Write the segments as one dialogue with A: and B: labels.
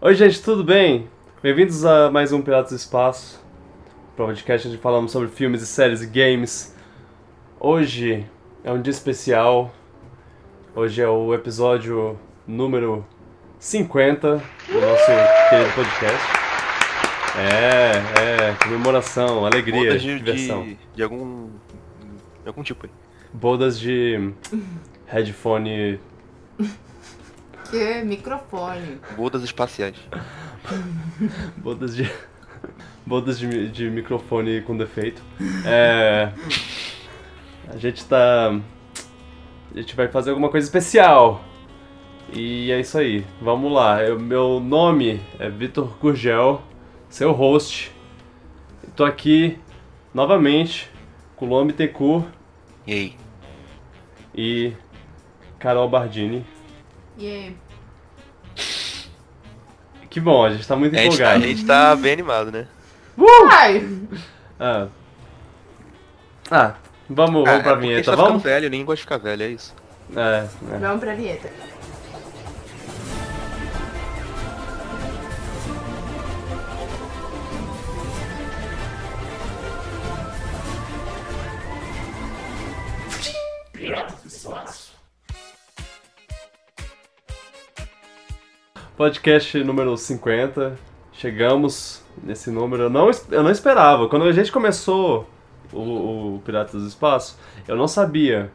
A: Oi, gente, tudo bem? Bem-vindos a mais um Piratas do Espaço, podcast onde falamos sobre filmes e séries e games. Hoje é um dia especial. Hoje é o episódio número 50 do nosso querido podcast. É, é, comemoração, alegria,
B: Bodas de,
A: diversão.
B: de, de algum. De algum tipo aí.
A: Bodas de headphone.
C: Que é microfone.
B: Bodas espaciais.
A: Bodas de. Bodas de, mi- de microfone com defeito. É. A gente tá. A gente vai fazer alguma coisa especial. E é isso aí. Vamos lá. Eu- meu nome é Vitor Gurgel, seu host. Tô aqui novamente com o Lombi Tecu
B: E aí?
A: e Carol Bardini.
C: E aí?
A: Que bom, a gente tá muito
B: A gente, tá, a
A: empolgado.
B: gente tá bem animado, né?
A: Uh!
C: Ai!
A: Ah. Ah, vamos, vamos
B: Ah,
A: pra
B: é porque a gente
A: vinheta,
B: tá
A: vamos?
B: ficando velho, ninguém gosta de ficar velho, é isso.
A: É, é.
C: Vamos pra vinheta.
A: Podcast número 50. Chegamos nesse número. Eu não, es- eu não esperava. Quando a gente começou o, o Piratas do Espaço, eu não sabia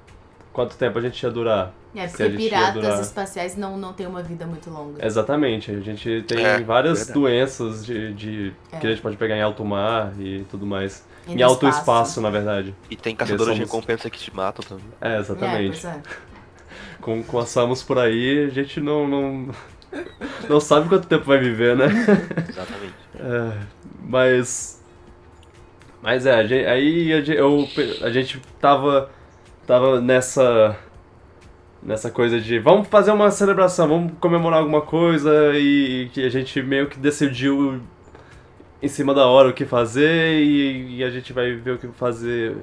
A: quanto tempo a gente ia durar.
C: É,
A: Se a
C: porque
A: gente ia
C: piratas
A: durar- É,
C: espaciais não, não tem uma vida muito longa.
A: Exatamente. A gente tem
B: É,
A: várias
B: verdade.
A: doenças de, de-
C: É.
A: que a gente pode pegar em alto mar e tudo mais.
C: E
A: em
C: no
A: alto espaço, na verdade.
B: E tem caçadores de
A: somos-
B: recompensa que te matam também.
A: É,
C: É,
A: exatamente.
C: pois é.
A: com, com a Samus por aí, a gente não, não, não sabe quanto tempo vai viver, né?
B: Exatamente.
A: É, mas. Mas é, a gente, aí a gente, eu, a gente tava, tava nessa. Nessa coisa de vamos fazer uma celebração, vamos comemorar alguma coisa e, que a gente meio que decidiu em cima da hora o que fazer e, e a gente vai ver o que fazer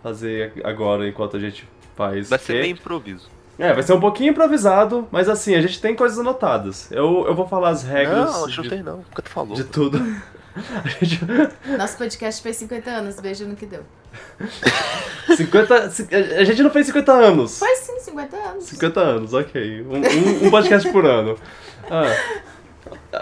A: fazer agora enquanto a gente faz.
B: Vai ser
A: que-
B: bem improviso.
A: é, vai ser um pouquinho improvisado, mas assim, a gente tem coisas anotadas. Eu, eu vou falar as regras
B: não, a gente não
A: de,
B: tem não. O que tu falou?
A: de tudo. A gente-
C: é. Nosso podcast fez 50 anos, veja no que deu.
A: 50, ci- a gente não fez 50 anos.
C: Foi sim, 50 anos.
A: 50 anos, ok. Um, um- um podcast por ano. Ah,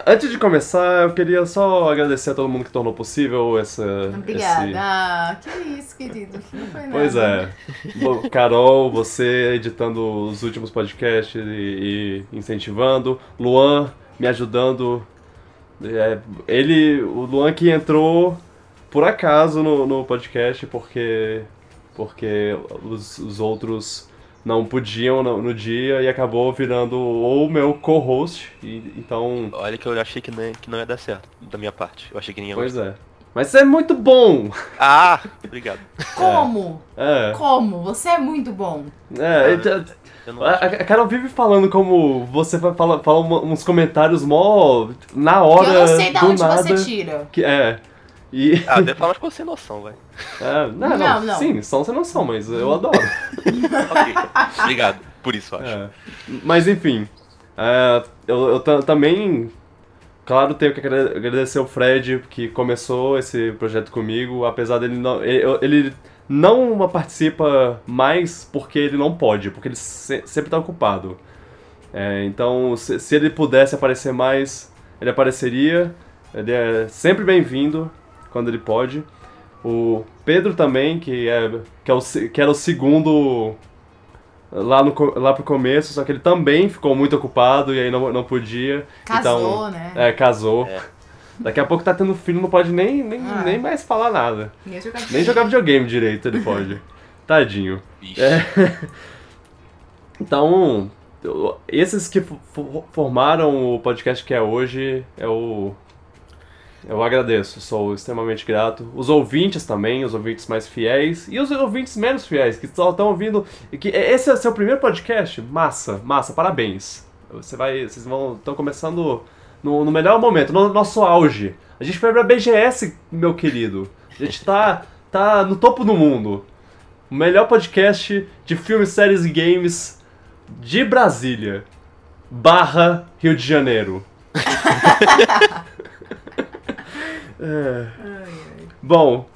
A: antes de começar, eu queria só agradecer a todo mundo que tornou possível essa.
C: Obrigada.
A: esse-
C: Ah, que isso, querido. Não foi nada.
A: Pois é. Bom, Carol, você editando os últimos podcasts e, e incentivando. Luan me ajudando. É, ele, o Luan que entrou por acaso no, no podcast porque, porque os, os outros não podiam no, no dia e acabou virando o meu co-host. E- Então,
B: Olha que eu achei que não, é, que não ia dar certo da minha parte. Eu achei que ninguém ia
A: pois é. Mas isso é muito bom!
B: gostar. Ah! Obrigado.
C: Como?
A: É,
C: Como? Você é muito bom.
A: é, então-
B: Eu não
A: A, a- a Carol vive falando como você fa- fala, fala uma- uns comentários mó tipo, na hora.
C: que eu não sei da
A: do
C: onde
A: nada,
C: você tira.
A: que É. E.
B: Ah, deve falar de coisa sem noção, vai.
A: é, não, não,
C: Não, Hum. não.
A: Sim, são sem noção, mas eu adoro.
B: Ok. Obrigado. Por isso, eu acho.
A: É. Mas enfim. é, eu eu ta- também. Claro, tenho que agrade- agradecer o Fred, que começou esse projeto comigo, apesar dele não. Ele, eu- ele não participa mais porque ele não pode, porque ele se- sempre tá ocupado. É, então, se, se ele pudesse aparecer mais, ele apareceria. Ele é sempre bem-vindo quando ele pode. O Pedro também, que, é, que, é o, se- que era o segundo lá, no, co- lá pro começo, só que ele também ficou muito ocupado e aí não, não podia.
C: Casou, né?
A: Então, É, casou.
B: É.
A: Daqui a pouco tá tendo filho, não pode nem, nem,
C: Ah.
A: nem mais falar nada.
C: Nem jogar
A: Nem jogar videogame direito ele pode. Tadinho.
B: Ixi.
A: Então, eu- esses que fo- fo- formaram o podcast que é hoje, eu, eu agradeço, sou extremamente grato. Os ouvintes também, os ouvintes mais fiéis e os ouvintes menos fiéis, que só estão ouvindo. e Que esse é o seu primeiro podcast? Massa, massa, parabéns. Você vai, vocês vão estão começando no, no melhor momento, no nosso auge. A gente foi pra BGS, meu querido. A gente tá, tá no topo do mundo. O melhor podcast de filmes, séries e games de Brasília, barra Rio de Janeiro.
C: Ai, ai.
A: Bom,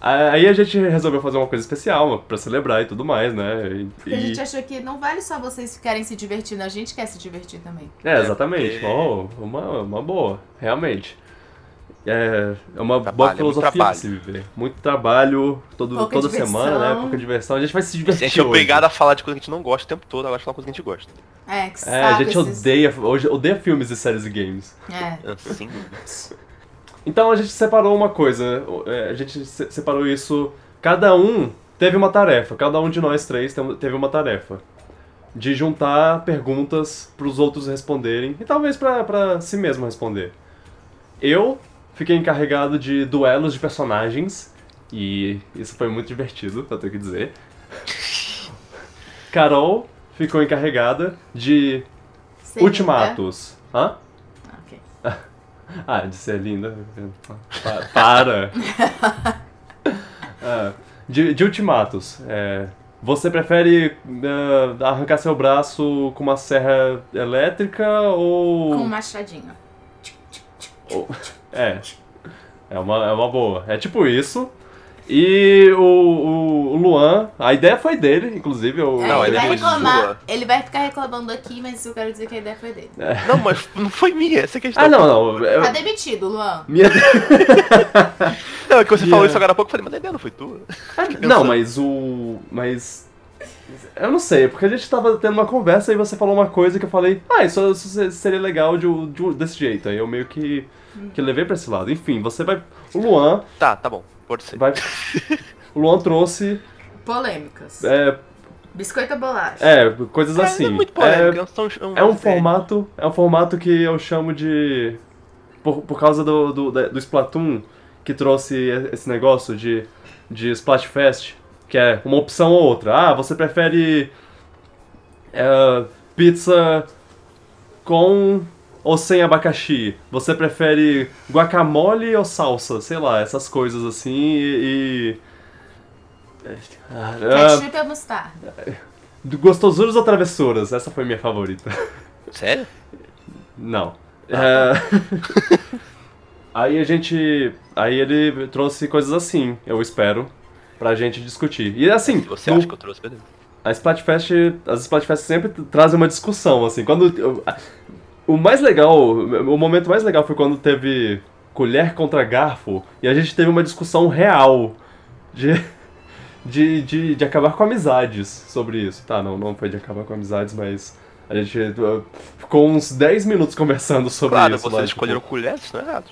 A: aí a gente resolveu fazer uma coisa especial pra celebrar e tudo mais, né? E-
C: Porque a
A: e-
C: gente achou que não vale só vocês ficarem se divertindo, a gente quer se divertir também.
A: É, exatamente.
B: porque-
A: Bom, uma, uma boa, realmente. É, é uma boa
B: Trabalho, muito
A: filosofia pra
B: trabalho.
A: se viver. Muito trabalho todo,
C: Pouca
A: toda
C: diversão.
A: semana, né? Pouca diversão. A gente vai se
B: A
A: divertir.
B: gente é
A: hoje.
B: obrigado a falar de coisa que a gente não gosta o tempo todo, agora a gente fala coisa que a gente gosta.
C: É, que
A: É, a
C: sabe
A: gente
C: esses-
A: odeia, hoje odeia filmes e séries e games.
C: É.
B: Assim,
A: Então a gente separou uma coisa, é, a gente se- separou isso. Cada um teve uma tarefa, cada um de nós três tem- teve uma tarefa. De juntar perguntas pros outros responderem e talvez pra- pra si mesmo responder. Eu fiquei encarregado de duelos de personagens e isso foi muito divertido, eu tenho que dizer. Carol ficou encarregada de
C: Sei lá,
A: ultimatos. Hã?
C: né? É? Ok.
A: Ah, de ser linda. Pa- Para! Ah, de, de ultimatos. é, você prefere ah, arrancar seu braço com uma serra elétrica ou.
C: Com um machadinho.
A: ou- é. É uma, é uma boa. É tipo isso. E o, o, o Luan, a ideia foi dele, inclusive. Eu,
C: É,
B: Não, a
C: ele
B: ideia
C: vai
B: foi
C: reclamar.
B: sua.
C: Ele vai ficar reclamando aqui, mas eu quero dizer que a ideia foi dele.
A: É,
B: Não, mas não foi minha, essa é a questão.
A: Ah, não, não. é-
C: Tá demitido, Luan.
A: minha-
B: Não, é que você
A: Yeah.
B: falou isso agora há pouco, eu falei, mas a ideia não foi tua.
A: Não, mas o. Mas. Eu não sei, é porque a gente tava tendo uma conversa e você falou uma coisa que eu falei, ah, isso, isso se- seria legal de, de- desse jeito. Aí eu meio que, que levei pra esse lado. Enfim, você vai. O Luan
B: Tá, tá bom, pode ser.
A: vai. O Luan trouxe
C: Polêmicas.
A: é,
C: Biscoito ou bolacha?
A: é, coisas
B: É,
A: assim.
B: não é muito polêmico,
A: É,
B: não são- não
A: é um
B: são séries.
A: formato. É um formato que eu chamo de. Por, por causa do, do, da- do Splatoon que trouxe esse negócio de, de Splatfest, que é uma opção ou outra. Ah, você prefere é, pizza com ou sem abacaxi? Você prefere guacamole ou salsa? Sei lá, essas coisas assim e. e- Ah, ah,
C: Ketchup ou mostarda?
A: gostosuras ou travessuras? Essa foi minha favorita.
B: Sério?
A: Não.
B: Ah, tá.
A: É. aí a gente. Aí ele trouxe coisas assim, eu espero, pra gente discutir. E assim,
B: Se você
A: no-
B: acha que eu trouxe, beleza.
A: a Splatfest. As Splatfest sempre t- trazem uma discussão, assim. Quando. eu- a- O mais legal. O momento mais legal foi quando teve colher contra garfo e a gente teve uma discussão real de. De, de, de acabar com amizades sobre isso. Tá, não, não foi de acabar com amizades, mas a gente uh, ficou uns 10 minutos conversando sobre
B: Claro,
A: isso. lá,
B: vocês escolheram colher, isso não é errado.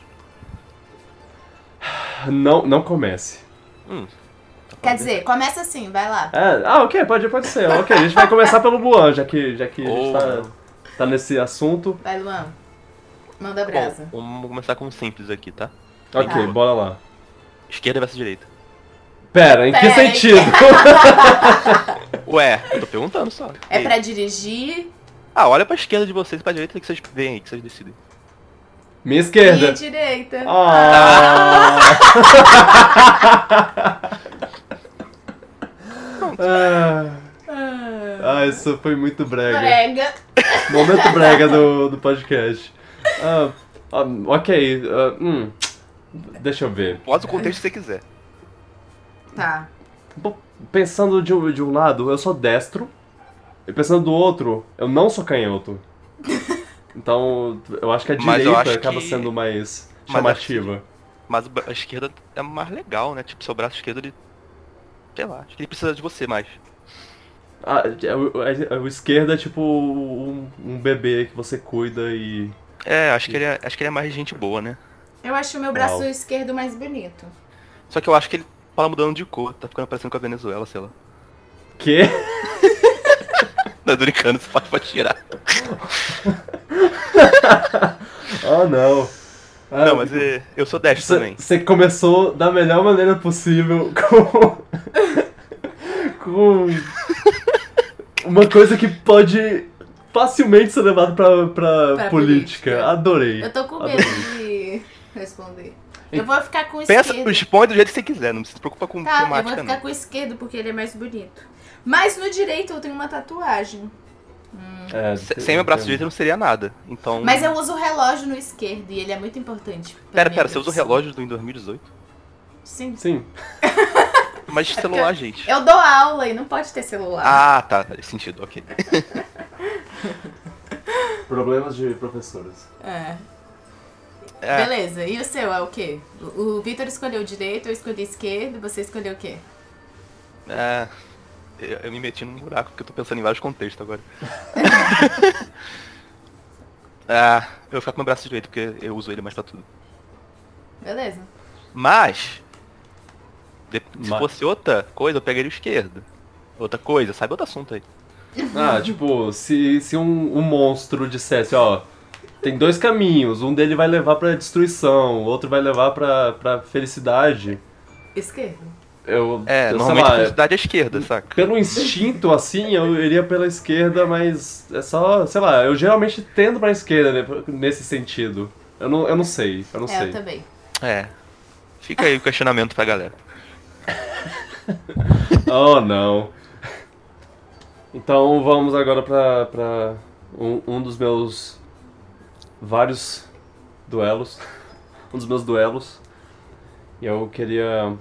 A: tipo, não, não comece.
B: Hum,
C: Quer dizer, começa assim, vai lá.
A: É, ah, ok, pode, pode ser. Ok, a gente vai começar pelo Luan, já que, já que a gente
B: Ou-
A: tá, tá nesse assunto.
C: Vai, Luan. Manda brasa.
B: bom, vamos começar com um simples aqui, tá?
A: Ok,
C: Tá.
A: bora lá.
B: Esquerda versus direita.
A: Pera, em que
C: Pera, em que-
A: sentido?
B: Ué, eu tô perguntando só. E
C: É
B: aí?
C: pra dirigir,
B: Ah, olha pra esquerda de vocês e pra direita que vocês veem aí, que vocês decidem.
A: Minha
C: minha
A: esquerda.
C: direita.
A: Ah. Ah,
C: Ah.
A: ah, isso foi muito brega.
C: Prega.
A: Momento brega do, do podcast. Ah, ah, ok, ah, hum, deixa eu ver.
C: É.
B: Pode o contexto que você quiser.
C: Tá.
A: Bo- Pensando de, um- de um lado, eu sou destro. E pensando do outro, eu não sou canhoto. Então, eu acho que a
B: Mas eu
A: direita
B: acho
A: acaba
B: que-
A: sendo mais
B: Mas acho que-
A: chamativa.
B: Mas o bra- a esquerda é mais legal, né? Tipo, seu braço esquerdo, ele... Sei lá, acho que ele precisa de você mais.
A: Ah, é, o, é- é o esquerdo é tipo um, um bebê que você cuida e.
B: É, acho que ele é, acho que ele é mais gente boa, né?
C: Eu acho o meu braço
A: Uau.
C: esquerdo mais bonito.
B: Só que eu acho que ele fala mudando de cor, tá ficando parecendo com a Venezuela, sei lá.
A: Que?
B: Não, tô brincando, você pode, pode tirar.
A: Ah, não. Ah,
B: Não, mas é, eu sou destro
A: Você
B: também.
A: você começou da melhor maneira possível com. com. Uma coisa que pode facilmente ser levada pra, pra,
C: Pra
A: política.
C: política.
A: Adorei.
C: Eu tô com medo de responder. Eu vou ficar com o
B: Pensa,
C: esquerdo.
B: responde do jeito que você quiser, não se preocupa com
C: Tá, eu vou
B: temática,
C: ficar
B: não.
C: com o esquerdo porque ele é mais bonito. Mas no direito eu tenho uma tatuagem.
A: É,
B: Se- Sem meu braço direito não seria nada. Então.
C: Mas eu uso o relógio no esquerdo e ele é muito importante. pra
B: Pera,
C: minha
B: pera, você usa o
C: profissão.
B: relógio do em 2018?
C: Sim.
A: Sim.
B: Mas de celular, gente.
C: É Eu dou aula e não pode ter celular.
B: Ah, tá, tá, nesse sentido, ok.
A: Problemas de professores.
C: É.
B: Ah, É,
C: Beleza. E o seu é o quê? O, o Vitor escolheu direito, eu escolhi esquerdo, você escolheu o quê?
B: é, eu, eu me meti num buraco, porque eu tô pensando em vários contextos agora. ah, eu vou ficar com meu braço direito, porque eu uso ele mais pra tudo.
C: Beleza.
B: Mas, de- se
A: Mas.
B: fosse outra coisa, eu pegaria o esquerdo. Outra coisa, sabe outro assunto aí.
A: Ah,
B: Uhum.
A: tipo, se, se um, um monstro dissesse, ó, tem dois caminhos, um dele vai levar pra destruição, o outro vai levar pra, pra felicidade.
C: Esquerdo.
A: Eu,
B: É,
A: eu sei
B: normalmente a
A: lá,
B: felicidade é esquerda, saca?
A: pelo instinto, assim, eu iria pela esquerda, mas é só, sei lá, eu geralmente tendo pra esquerda né, nesse sentido. Eu não, eu não sei, eu não
C: é,
A: sei.
C: eu também.
B: É. Fica aí o questionamento pra galera.
A: Oh, não. Então vamos agora pra, pra um, um dos meus vários duelos. Um dos meus duelos. E eu queria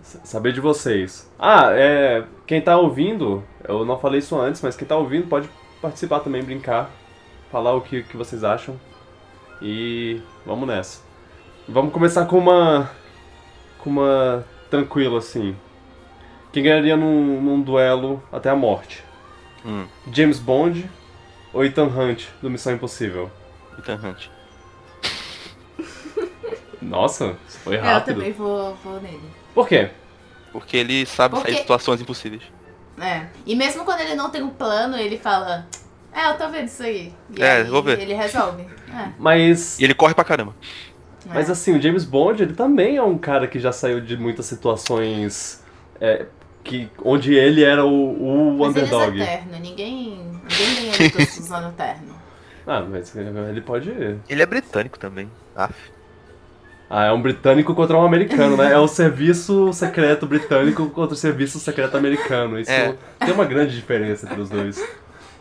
A: s- saber de vocês. Ah, é. Quem tá ouvindo, eu não falei isso antes, mas quem tá ouvindo pode participar também, brincar, falar o que, que vocês acham. E vamos nessa. Vamos começar com uma. com uma tranquila assim. Quem ganharia num, num duelo até a morte?
B: Hum,
A: James Bond ou Ethan Hunt do Missão Impossível?
B: Ethan Hunt.
A: Nossa, isso foi
C: É, Eu
A: rápido.
C: também vou, vou nele.
A: Por quê?
B: Porque ele sabe
C: Porque-
B: sair de situações impossíveis.
C: É. E mesmo quando ele não tem um plano, ele fala. É, eu tô vendo isso aí. E
B: É,
C: aí
B: vou ver.
C: ele resolve. É,
A: Mas.
B: E ele corre pra caramba.
A: Mas
C: é.
A: assim, o James Bond, ele também é um cara que já saiu de muitas situações é, que, onde ele era o, o
C: Mas ele é usa
A: underdog.
C: terno, ninguém, ninguém ganha de todos usando terno.
A: Ah, mas ele pode.
B: Ele é britânico também. Ah,
A: Ah, é um britânico contra um americano, né? É o serviço secreto britânico contra o serviço secreto americano. Isso
B: É.
A: tem uma grande diferença entre os dois.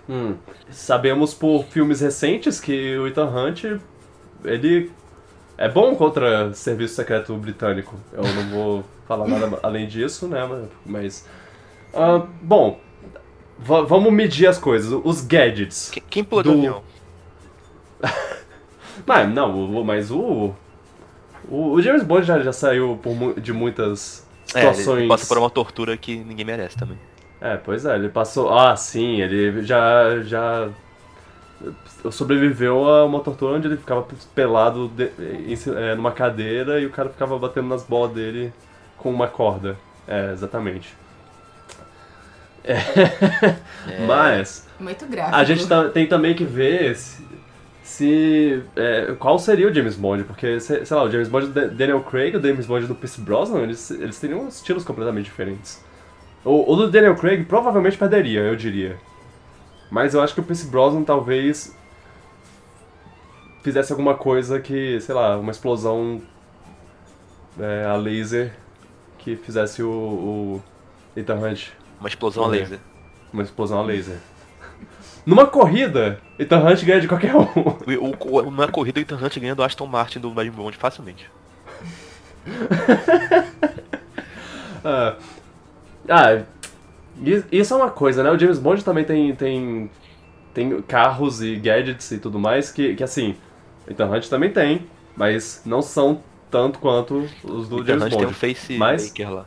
A: Hum. Sabemos por filmes recentes que o Ethan Hunt, ele é bom contra serviço secreto britânico. Eu não vou falar nada além disso, né? Mas... ah, bom, va- vamos medir as coisas. Os gadgets.
B: quem, quem pulou do...
A: Do-
B: avião?
A: Ah, não, o- o- mas o. O, o James Bond já, já saiu por mu- de muitas
B: É, ele
A: situações.
B: passa por uma tortura que ninguém merece também.
A: É, pois é, ele passou. Ah, sim, ele já. já sobreviveu a uma tortura onde ele ficava pelado de- em si- é, numa cadeira e o cara ficava batendo nas bolas dele com uma corda. É, exatamente. É.
B: É,
A: Mas.
C: Muito grave.
A: A gente tá- tem também que ver se, se, é, qual seria o James Bond, porque, se- sei lá, o James Bond do Da- Daniel Craig e o James Bond do Pierce Brosnan, eles, eles teriam estilos completamente diferentes. O, o do Daniel Craig provavelmente perderia, eu diria. Mas eu acho que o Pierce Brosnan talvez fizesse alguma coisa que, sei lá, uma explosão é, a laser que fizesse o, o Ethan Hunt
B: Uma explosão a
A: Olha.
B: laser.
A: uma explosão a laser. Numa corrida, Ethan Hunt ganha de qualquer um.
B: O, o, o- na corrida, o Ethan Hunt ganha do Aston Martin do James Bond facilmente.
A: Ah, ah, i- isso é uma coisa, né? O James Bond também tem, tem, tem carros e gadgets e tudo mais que, que assim, Ethan Hunt também tem, mas não são tanto quanto os do
B: Ethan
A: James
B: Hunt
A: Bond.
B: tem um face
A: Mas-
B: maker lá.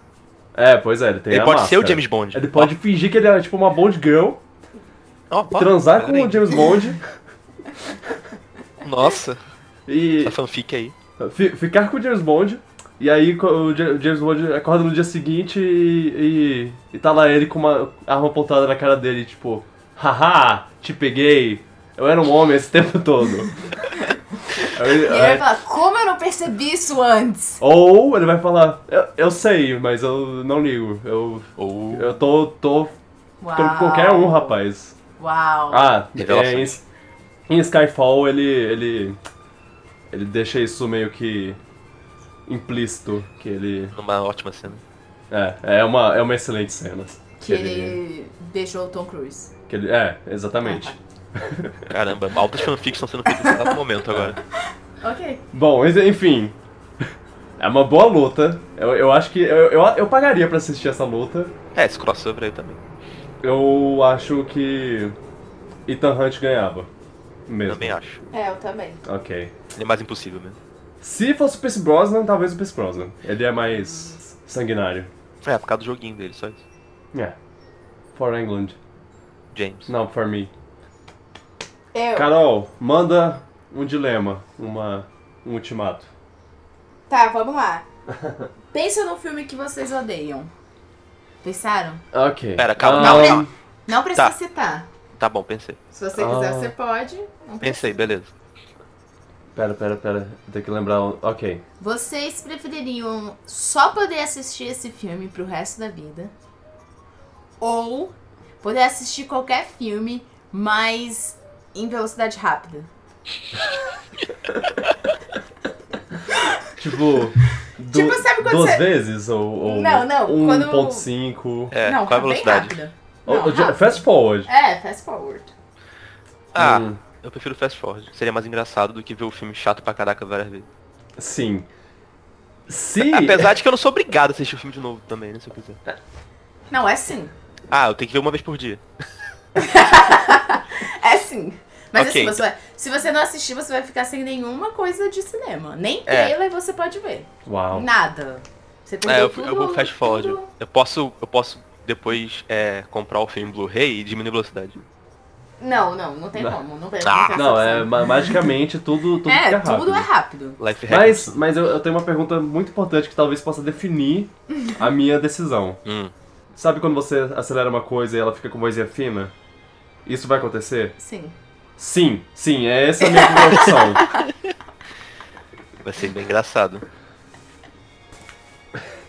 A: É, pois é, ele tem
B: Ele
A: a
B: pode ser o
A: máscara.
B: James Bond.
A: Ele pode fingir que ele é tipo uma Bond Girl,
B: Ó, ó,
A: transar com
B: peraí.
A: o James Bond
B: Nossa,
A: e
B: essa fanfic aí.
A: Fi- ficar com o James Bond. E aí co- o Ja- James Bond acorda no dia seguinte e, e, e tá lá ele com uma arma apontada na cara dele, tipo, haha, te peguei, eu era um homem esse tempo todo. Aí ele-
C: E ele vai
A: aí-
C: falar, como eu não percebi isso antes?
A: ou ele vai falar, eu, eu sei, mas eu não ligo, eu,
B: Ou...
A: eu tô, tô
C: Uau.
A: ficando com qualquer um, rapaz.
C: Uau.
A: Ah, é, em,
B: Revelações.
A: em Skyfall ele, ele, ele deixa isso meio que implícito, que ele...
B: Numa ótima cena.
A: É, é uma, é uma excelente cena.
C: que ele beijou o Tom Cruise.
A: Que ele, é, exatamente.
B: Caramba, altas fanfics estão sendo feitas nesse exato momento agora.
C: Ok.
A: Bom, mas, enfim. É uma boa luta. Eu, eu acho que. Eu, eu, eu pagaria pra assistir essa luta.
B: É, esse crossover aí também.
A: Eu acho que. Ethan Hunt ganhava. Mesmo.
B: Também acho.
C: É, eu também.
A: Ok.
B: Ele é mais impossível mesmo.
A: Se fosse o Pierce Brosnan, talvez o Pierce Brosnan. Ele é mais sanguinário.
B: É, por causa do joguinho dele, só isso.
A: É. For England.
B: James.
A: Não, for me.
C: Eu.
A: Carol, manda um dilema, uma, um ultimato.
C: Tá, vamos lá. Pensa num filme que vocês odeiam. Pensaram?
A: Ok.
B: Pera, calma,
C: Não,
B: calma,
A: Um,
C: né?
B: calma.
C: Não precisa
B: Tá.
C: citar.
B: Tá bom, pensei.
C: Se você
A: Ah.
C: quiser, você pode. Não
B: Pensei,
C: precisa.
B: beleza.
A: Pera, pera, pera. Tem que lembrar. um- Ok.
C: Vocês prefeririam só poder assistir esse filme pro resto da vida? Ou poder assistir qualquer filme, mas em velocidade rápida?
A: Tipo. du-
C: Tipo, sabe quando
A: duas
C: você-
A: vezes? Ou, ou
C: Não, não, quando-
A: 1.5.
B: É,
C: não, tá
B: qual é a
C: bem
B: velocidade?
C: rápida.
A: Ou-
C: Não,
A: ou de-
C: rápido.
A: Fast forward.
C: É, fast forward.
B: Ah,
A: Hum,
B: eu prefiro fast forward. Seria mais engraçado do que ver o filme chato pra caraca várias vezes.
A: sim. Se.
B: Apesar de que eu não sou obrigado a assistir o filme de novo também, né, se eu quiser.
C: Não, é sim.
B: Ah, eu tenho que ver uma vez por dia.
C: É sim. Mas
B: Ok,
C: assim, você vai- se você não assistir, você vai ficar sem nenhuma coisa de cinema. Nem
B: É.
C: trailer você pode ver.
A: Uau.
C: Nada. Você perdeu
B: É, eu,
C: tudo,
B: eu vou fast forward.
C: tudo.
B: Eu posso, eu posso depois é, comprar o filme Blu-ray e diminuir a velocidade.
C: Não, não, não tem
A: Não.
C: como. Não, tem-
B: Ah.
C: tem
A: Não,
C: essa
A: é
C: opção.
A: ma- magicamente tudo, tudo
C: É,
A: fica rápido.
C: tudo é rápido.
B: Life hack.
A: Mas, mas eu, eu tenho uma pergunta muito importante que talvez possa definir a minha decisão.
B: Hum.
A: Sabe quando você acelera uma coisa e ela fica com vozinha fina? Isso vai acontecer?
C: Sim.
A: Sim, sim, é essa a minha primeira opção.
B: Vai ser bem engraçado.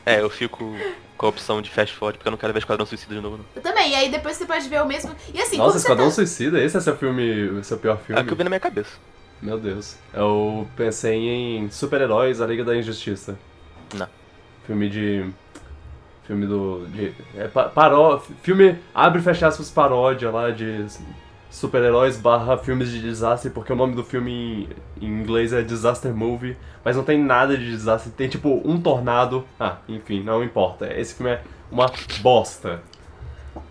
B: É, eu fico com a opção de fast forward porque eu não quero ver Esquadrão Suicida de novo, não.
C: Eu também. E aí depois você pode ver o mesmo. E assim,
A: Nossa,
C: quando você
A: Esquadrão
C: tá...
A: Suicida, esse é seu filme, seu pior
B: É
A: filme?
B: o que eu vi na minha cabeça.
A: Meu Deus. Eu pensei em Super-Heróis, A Liga da Injustiça.
B: Não.
A: Filme de... Filme do... De, é pa- paró, filme abre e fecha aspas paródia lá de super-heróis barra filmes de desastre, porque o nome do filme em, em inglês é Disaster Movie, mas não tem nada de desastre, tem tipo um tornado. Ah, enfim, não importa. Esse filme é uma bosta.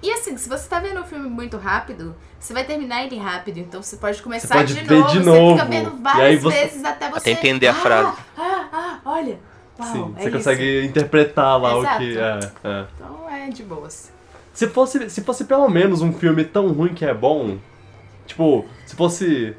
C: E assim, se você tá vendo o filme muito rápido, você vai terminar ele rápido. Então você pode começar
A: Você pode
C: de,
A: ver
C: novo,
A: de
C: Você fica
A: novo.
C: vendo
A: E aí
C: várias
A: você-
C: vezes até você.
B: entender a
C: ah,
B: frase.
C: Ah, ah, olha. Uau,
A: Sim,
C: é
A: você
C: isso.
A: consegue interpretar lá o
C: Exato.
A: que é. é.
C: Então é de boas.
A: Se fosse, se fosse pelo menos um filme tão ruim que é bom, tipo, se fosse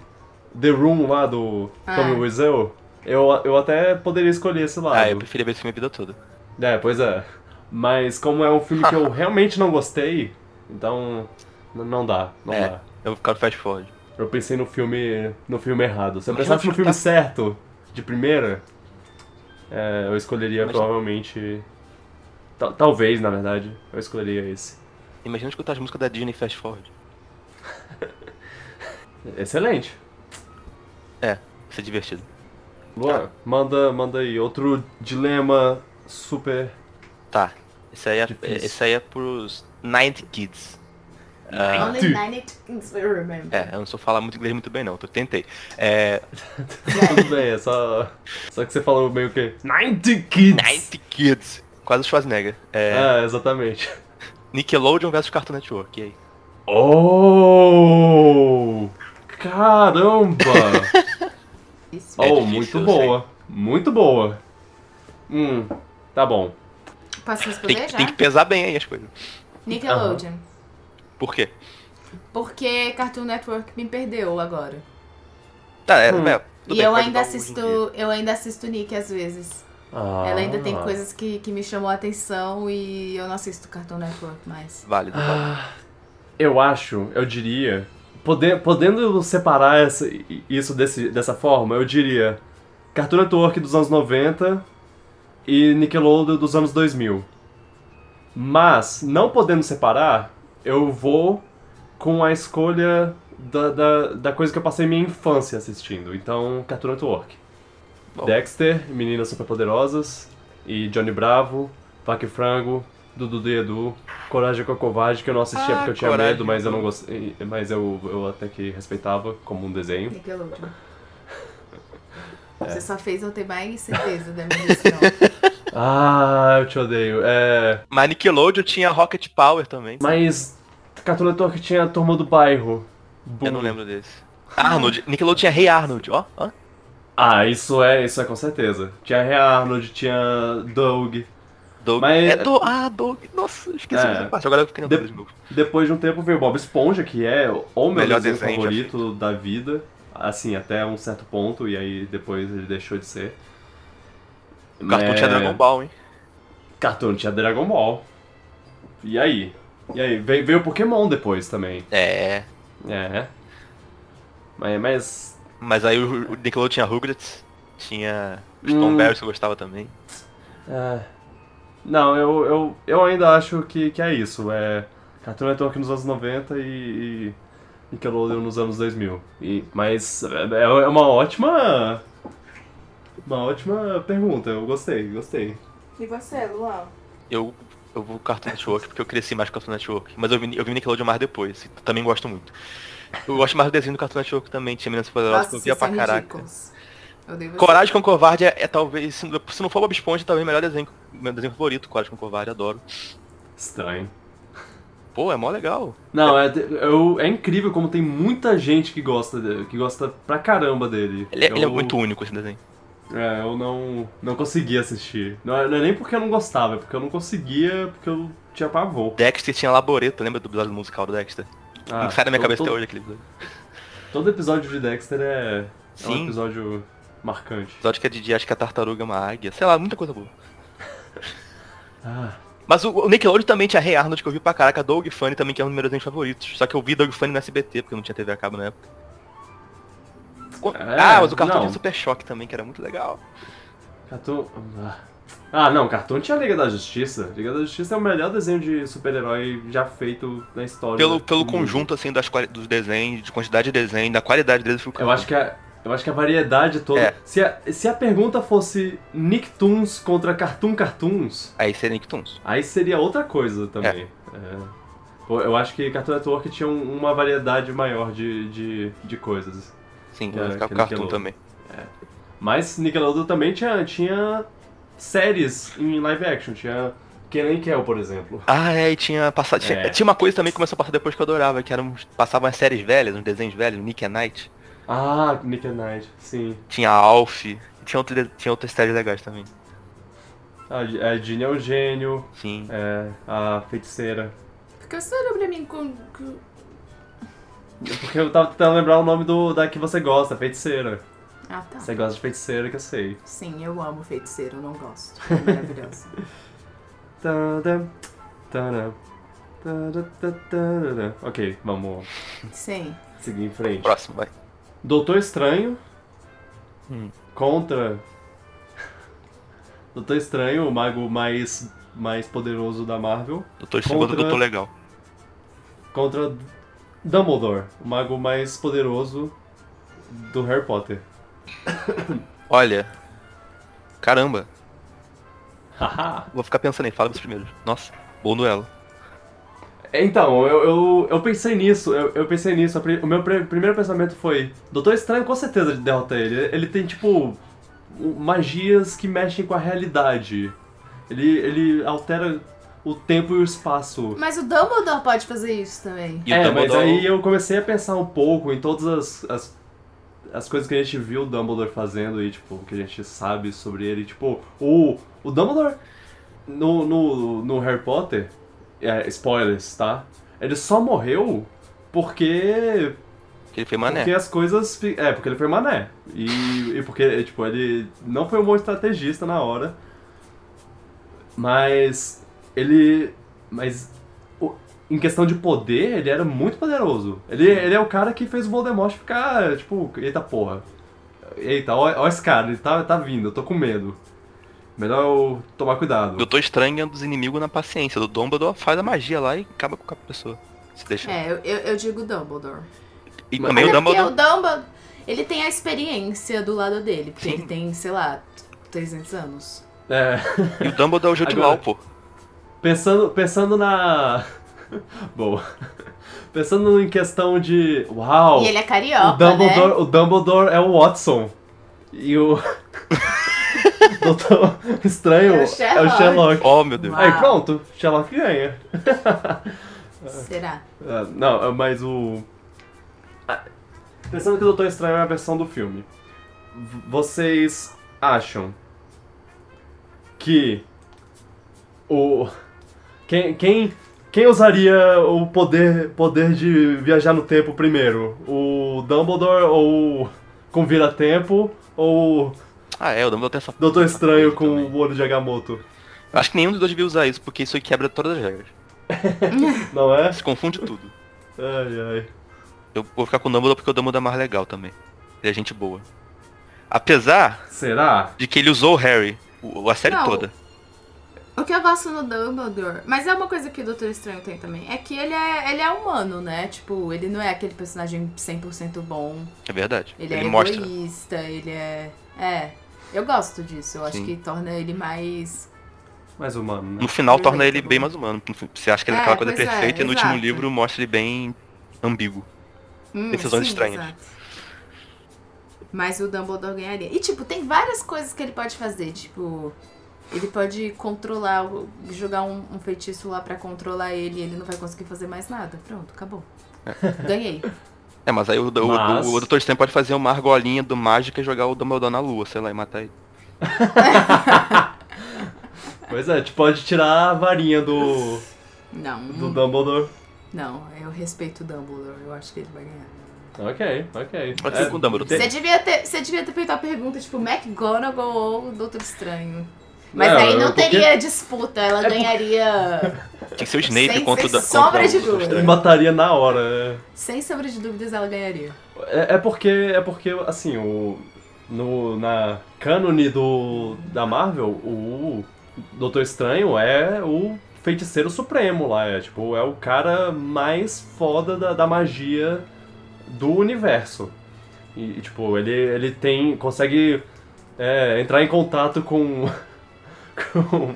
A: The Room lá do
C: Ah.
A: Tommy Wiseau, eu, eu até poderia escolher esse lado.
B: Ah, eu preferia ver esse filme a vida toda.
A: É, pois é. Mas como é um filme que eu realmente não gostei, então n- não dá, não
B: É.
A: dá.
B: Eu vou ficar no fast forward.
A: Eu pensei no filme no filme errado. Se eu
B: Mas
A: pensasse
B: eu
A: no
B: acho que
A: filme
B: tá-
A: certo, de primeira, é, eu escolheria
B: Mas-
A: provavelmente... tal- Talvez, na verdade, eu escolheria esse.
B: Imagina escutar as músicas da Disney em fast forward.
A: Excelente.
B: É, vai ser divertido.
A: Luan, manda, manda aí. Outro dilema super.
B: Tá. Esse aí é,
A: Difícil.
B: esse aí é pros 90 Kids. Ah,
C: Only
A: tu-
C: nine things we remember.
B: é, eu não sou falar muito inglês muito bem não, eu tentei. É,
A: Tudo bem, é só. Só que você falou meio que. 90 Kids!
B: 90 Kids. Quase o Schwarzenegger. É,
A: É, exatamente.
B: Nickelodeon versus Cartoon Network, e aí?
A: Oh! Caramba!
C: Isso.
A: oh,
B: difícil,
A: muito
B: eu
A: boa. Muito boa. Hum, tá bom.
C: Posso
B: Tem,
C: responder já?
B: tem que pesar bem aí as coisas.
C: Nickelodeon.
B: Por quê?
C: Porque Cartoon Network me perdeu agora.
B: Tá, é,
A: Hum.
B: é, tudo
C: e
B: bem,
C: eu
B: pode
C: ainda
B: mudar hoje em dia.
C: assisto, eu ainda assisto Nick às vezes.
A: Ah.
C: Ela ainda tem coisas que, que me chamou a atenção e eu não assisto Cartoon Network mais.
B: Válido. válido.
A: Ah, Eu acho, eu diria. pode- podendo separar essa- isso desse- dessa forma, eu diria Cartoon Network dos anos 90 e Nickelodeon dos anos 2000. Mas, não podendo separar, eu vou com a escolha da, da- da coisa que eu passei minha infância assistindo. Então, Cartoon Network.
B: Bom.
A: Dexter, Meninas Superpoderosas e Johnny Bravo, Vaca e Frango, do Dudu e Edu, Coragem com a Covarde, que eu não assistia
B: Ah,
A: porque eu tinha
B: Coragem.
A: medo, mas eu não gostei, mas eu, eu até que respeitava como um desenho.
C: Nickelodeon.
B: É.
C: Você só fez eu ter mais certeza da minha decisão.
A: Ah, eu te odeio. É,
B: Mas Nickelodeon tinha Rocket Power também.
A: mas Cartoon Network tinha a Turma do Bairro.
B: Eu não lembro desse. Arnold. Nickelodeon tinha Rei Arnold, ó. ó.
A: Ah, isso é, isso é com certeza. Tinha Ray Arnold, tinha Doug.
B: Doug.
A: Mas-
B: É do... Ah, Doug. Nossa, esqueci
A: É.
B: dessa parte. Agora eu fiquei na
A: De-
B: dúvida de novo.
A: Depois de um tempo veio Bob Esponja, que é o meu
B: Melhor
A: desenho,
B: desenho já
A: favorito da vida, assim, até um certo ponto, e aí depois ele deixou de ser.
B: O cartoon
A: É,
B: tinha Dragon Ball, hein?
A: Cartoon tinha Dragon Ball. E aí? E aí? Veio, veio Pokémon depois também.
B: É.
A: É. Mas. mas
B: Mas aí o o Nickelodeon tinha Rugrats. Tinha
A: Hum.
B: Stoneberry, que eu gostava também.
A: é. Não, eu, eu, eu ainda acho que, que é isso. É Cartoon Network nos anos 90 e. e Nickelodeon nos anos 2000. E, mas é, é uma ótima. Uma ótima pergunta. Eu gostei, gostei.
C: E você, Luan?
B: Eu, eu vou Cartoon Network porque eu cresci mais com Cartoon Network. Mas eu vi, eu vi Nickelodeon mais depois. e Também gosto muito. Eu gosto mais do desenho do Cartoon Network também. Tinha Meninas Poderosas que eu via pra
C: é
B: caraca.
C: ridículos. Eu odeio vocês.
B: Coragem com Covarde é, é talvez, se, se não for Bob Esponja, talvez o melhor desenho, meu desenho favorito, Coragem com Covarde, adoro.
A: Estranho.
B: Pô, é mó legal.
A: Não, é, eu- é incrível como tem muita gente que gosta de- que gosta pra caramba dele.
B: Ele, é- ele é
A: Eu-
B: muito único esse desenho.
A: É, eu não, não consegui assistir. Não é, não é nem porque eu não gostava, é porque eu não conseguia, porque eu tinha pavor.
B: Dexter tinha Laboreto, lembra do episódio musical do Dexter?
A: Ah,
B: não sai da minha
A: to-
B: cabeça
A: to-
B: até hoje aquele episódio.
A: Todo episódio de Dexter é, é um
B: Sim.
A: episódio marcante.
B: episódio que é de dia, acho que a tartaruga é uma águia, sei lá, muita coisa boa.
A: Ah,
B: Mas o, o Nickelodeon também tinha Rei Arnold, que eu vi pra caraca, Doug Funny também, que é um dos meus desenhos favoritos. Só que eu vi Doug Funny no SBT, porque eu não tinha TV a cabo na época. Co-
A: É,
B: ah, mas o cartão
A: não.
B: tinha Super Choque também, que era muito legal.
A: Cartoon. ah. Ah, não, Cartoon tinha Liga da Justiça. Liga da Justiça é o melhor desenho de super-herói já feito na história.
B: Pelo, pelo
A: do mundo.
B: conjunto, assim, das, quali- dos desenhos, de quantidade de desenho, da qualidade deles, eu fico...
A: Eu acho que a, eu acho que a variedade toda.
B: É.
A: Se, a, se a pergunta fosse Nicktoons contra Cartoon Cartoons,
B: Aí seria Nicktoons.
A: aí seria outra coisa também. É. Pô, Eu acho que Cartoon Network tinha um- uma variedade maior de, de, de coisas.
B: Sim,
A: É,
B: vai ficar com
A: aquele
B: Cartoon
A: Nickelodeon.
B: também.
A: Mas Nickelodeon também tinha, tinha séries em live action. Tinha Kenan Kel, por exemplo.
B: Ah, é, e tinha passado. Tinha,
A: É.
B: tinha uma coisa também que começou a passar depois que eu adorava, que eram, passavam as séries velhas, uns desenhos velhos, Nick and Knight.
A: Ah, Nick and Knight, sim.
B: Tinha Alf, tinha, outro, de- tinha outras séries legais também.
A: A, a Ginny é o gênio,
B: Sim.
A: é, a feiticeira.
C: Porque você olhou pra mim com. com-
A: Porque eu tava tentando lembrar o nome do, da que você gosta, feiticeira.
C: Ah, tá.
A: Você gosta de feiticeira que eu sei.
C: Sim, eu amo feiticeiro, eu não gosto. É maravilhoso.
A: Tadã, tadã, tadã, tadã. Ok, vamos
C: Sim.
A: seguir em frente.
B: Próximo, vai.
A: Doutor Estranho
B: Hum.
A: contra Doutor Estranho, o mago mais, mais poderoso da Marvel,
B: Doutor Estranho,
A: Contra-
B: Doutor Legal.
A: contra Dumbledore, o mago mais poderoso do Harry Potter.
B: Olha. Caramba.
A: Haha.
B: Vou ficar pensando aí, fala você primeiro. Nossa, bom duelo.
A: Então, eu, eu, eu pensei nisso, eu, eu pensei nisso. a pri- O meu pri- primeiro pensamento foi: Doutor Estranho com certeza derrota ele. Ele tem, tipo, o- magias que mexem com a realidade. Ele, ele altera o tempo e o espaço.
C: Mas o Dumbledore pode fazer isso também.
B: E
A: é,
B: o
A: mas
B: Dumbledore.
A: aí eu comecei a pensar um pouco em todas as, as, as coisas que a gente viu o Dumbledore fazendo e, tipo, que a gente sabe sobre ele. Tipo, o, o Dumbledore no, no, no Harry Potter, é, spoilers, tá? Ele só morreu porque.
B: que ele foi mané.
A: Porque as coisas. fi- É, porque ele foi mané. E, e porque, tipo, ele não foi um bom estrategista na hora. Mas. Ele. Mas. o- Em questão de poder, ele era muito poderoso. Ele, ele é o cara que fez o Voldemort ficar, tipo, eita porra. Eita, ó, ó esse cara, ele tá, tá vindo, eu tô com medo. Melhor eu tomar cuidado.
B: Doutor Estranho é um dos inimigos na paciência. O Dumbledore faz a magia lá e acaba com a pessoa. Se deixa.
C: É, eu, eu, eu digo Dumbledore.
B: E
A: Mas-
B: também
C: Até
B: o
C: porque
B: Dumbledore.
C: o Dumbledore, ele tem a experiência do lado dele, porque
B: Sim.
C: ele tem, sei lá, 300 anos.
A: É.
B: E o Dumbledore é o Jude
A: Agora-
B: Law, pô.
A: Pensando, pensando na. Boa. Pensando em questão de. Uau!
C: E ele é carioca,
A: o, Dumbledore,
C: né?
A: o Dumbledore é o Watson. E o. Doutor Estranho
C: É o
A: é o
C: Sherlock.
A: Sherlock.
B: Oh, meu Deus.
C: Uau.
A: Aí pronto, Sherlock ganha.
C: Será?
A: Ah, Não, mas o. Ah, Pensando que o Doutor Estranho é a versão do filme, v- vocês acham que o. Quem, quem, quem usaria o poder, poder de viajar no tempo primeiro? O Dumbledore ou o com vira-tempo? Ou o
B: Ah, é, o Dumbledore tem essa...
A: Doutor Estranho com
B: Também.
A: o olho de Agamotto?
B: Acho que nenhum dos dois devia usar isso, porque isso aí quebra todas as regras.
A: Não é?
B: Se confunde tudo.
A: Ai, ai.
B: Eu vou ficar com o Dumbledore porque o Dumbledore é mais legal também. Ele é gente boa. Apesar
A: Será?
B: de que ele usou o Harry, o- a série
C: Não.
B: toda.
C: O que eu gosto no Dumbledore, mas é uma coisa que o Doutor Estranho tem também, é que ele é, ele é humano, né? Tipo, ele não é aquele personagem 100% bom.
B: É verdade.
C: Ele,
B: Ele,
C: é
B: mostra.
C: egoísta, ele é. É. Eu gosto disso. Eu acho
B: Sim.
C: que torna ele mais.
A: Mais humano, né?
B: No final torna ele
C: Perfeito.
B: bem mais humano. No fim, Você acha que ele é
C: É,
B: aquela coisa
C: pois é,
B: perfeita e no último
C: exato.
B: livro mostra ele bem ambíguo.
C: Hum,
B: Decisões
C: sim,
B: estranhas.
C: exato. Mas o Dumbledore ganharia. E, tipo, tem várias coisas que ele pode fazer. Tipo, ele pode controlar, o- jogar um, um feitiço lá pra controlar ele e ele não vai conseguir fazer mais nada. Pronto, acabou. Ganhei.
B: É, mas aí o, o,
A: Mas-
B: o, o Dr. Stan pode fazer uma argolinha do mágica e jogar o Dumbledore na lua, sei lá, e matar ele.
A: Pois é, a gente pode tirar a varinha do.
C: Não, hum,
A: do Dumbledore.
C: não, eu respeito o Dumbledore, eu acho que ele vai ganhar.
A: Ok, ok.
B: Pode ser com o Dumbledore.
A: tem-
C: Você devia, ter, você devia ter feito a pergunta, tipo, McGonagall ou Doutor Estranho. Mas
A: Não,
C: aí
A: é
C: não
A: porque-
C: teria disputa, ela
A: É porque-
C: ganharia.
B: Tinha que ser o Snape
C: Sem-
B: contra o
C: sem
B: da-
C: sombra
B: contra o Dr.
C: de dúvida.
A: Ele
B: Estranho.
A: mataria na hora.
C: Sem sombra de dúvidas, ela ganharia.
A: É, é porque. É porque, assim, o. No, na cânone do. da Marvel, o Doutor Estranho é o feiticeiro supremo lá. É tipo, é o cara mais foda da, da magia do universo. E, tipo, ele, ele tem. consegue é, entrar em contato com. com.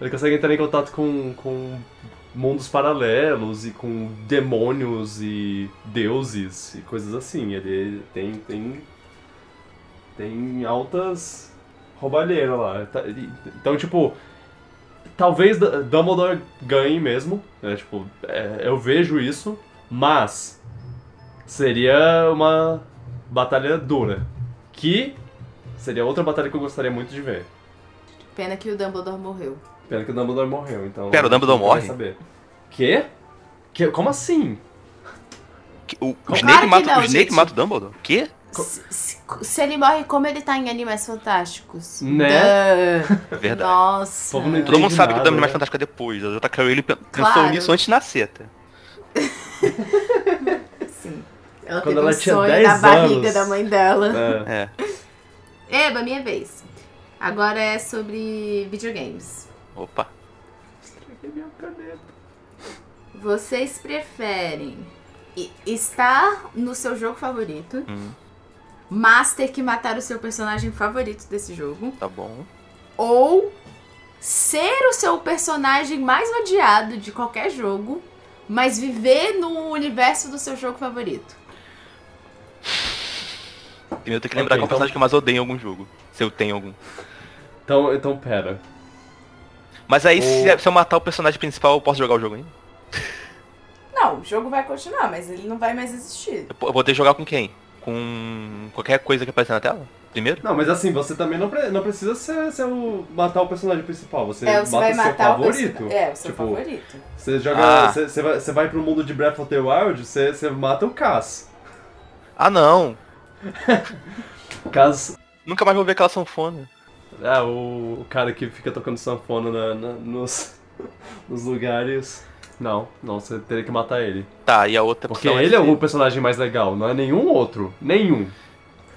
A: Ele consegue entrar em contato com, com mundos paralelos e com demônios e deuses e coisas assim. Ele tem. tem. tem altas roubalheiras lá. Tá- e- Então, tipo. Talvez D- Dumbledore ganhe mesmo, né? Tipo, é, eu vejo isso, mas seria uma batalha dura. Que seria outra batalha que eu gostaria muito de ver.
C: Pena que o Dumbledore morreu.
A: Pena que o Dumbledore morreu, então.
B: Pera, o Dumbledore
A: não quero
B: morre?
A: Saber. Quê? Que, como assim?
B: O, o
A: Claro
B: Snape,
C: que
B: mata,
C: não,
B: o Snape
C: gente.
B: mata o Dumbledore? O quê?
C: Se, se- se ele morre como ele tá em Animais Fantásticos.
A: Né?
C: Duh.
B: É verdade.
C: Nossa.
A: Povo não
B: Todo
A: entende
B: mundo sabe que o
A: nada,
B: Dumbledore
A: né?
B: mais fantástico é depois. A J.K. Rowling pe- pensou
C: Claro.
B: nisso antes de nascer, até.
C: Sim. Ela
A: Quando
C: teve
A: ela
C: um
A: tinha
C: sonho
A: 10
C: na barriga
A: anos.
C: da mãe dela.
A: É.
B: É.
C: Eba, minha vez. Agora é sobre videogames.
B: Opa.
A: É.
C: Vocês preferem i- estar no seu jogo favorito,
B: Hum,
C: mas ter que matar o seu personagem favorito desse jogo,
B: tá bom.
C: ou ser o seu personagem mais odiado de qualquer jogo, mas viver no universo do seu jogo favorito?
B: Primeiro eu tenho que lembrar
A: Ok,
B: qual é
A: então-
B: personagem que eu mais odeio em algum jogo. Se eu tenho algum.
A: Então, então, pera.
B: Mas aí,
A: O-
B: se, se eu matar o personagem principal, eu posso jogar o jogo ainda?
C: Não, o jogo vai continuar, mas ele não vai mais existir.
B: Eu po- eu vou ter que jogar com quem? Com qualquer coisa que aparecer na tela? Primeiro?
A: Não, mas assim, você também não, pre- não precisa ser, ser o, matar o personagem principal. Você
C: É,
A: mata
C: você vai
A: o seu
C: matar
A: favorito.
C: o perso- É, o seu
A: Tipo,
C: favorito.
A: Você joga.
B: Ah.
A: Você, você vai, você vai pro mundo de Breath of the Wild, você, você mata o Cass.
B: Ah, não!
A: Cass.
B: Nunca mais vou ver aquela sanfona.
A: Ah, o, o cara que fica tocando sanfona na- na- nos, nos lugares. Não, não, você teria que matar ele.
B: Tá, e a outra
A: Porque
B: opção
A: ele é
B: ser-
A: o personagem mais legal, não é nenhum outro. Nenhum.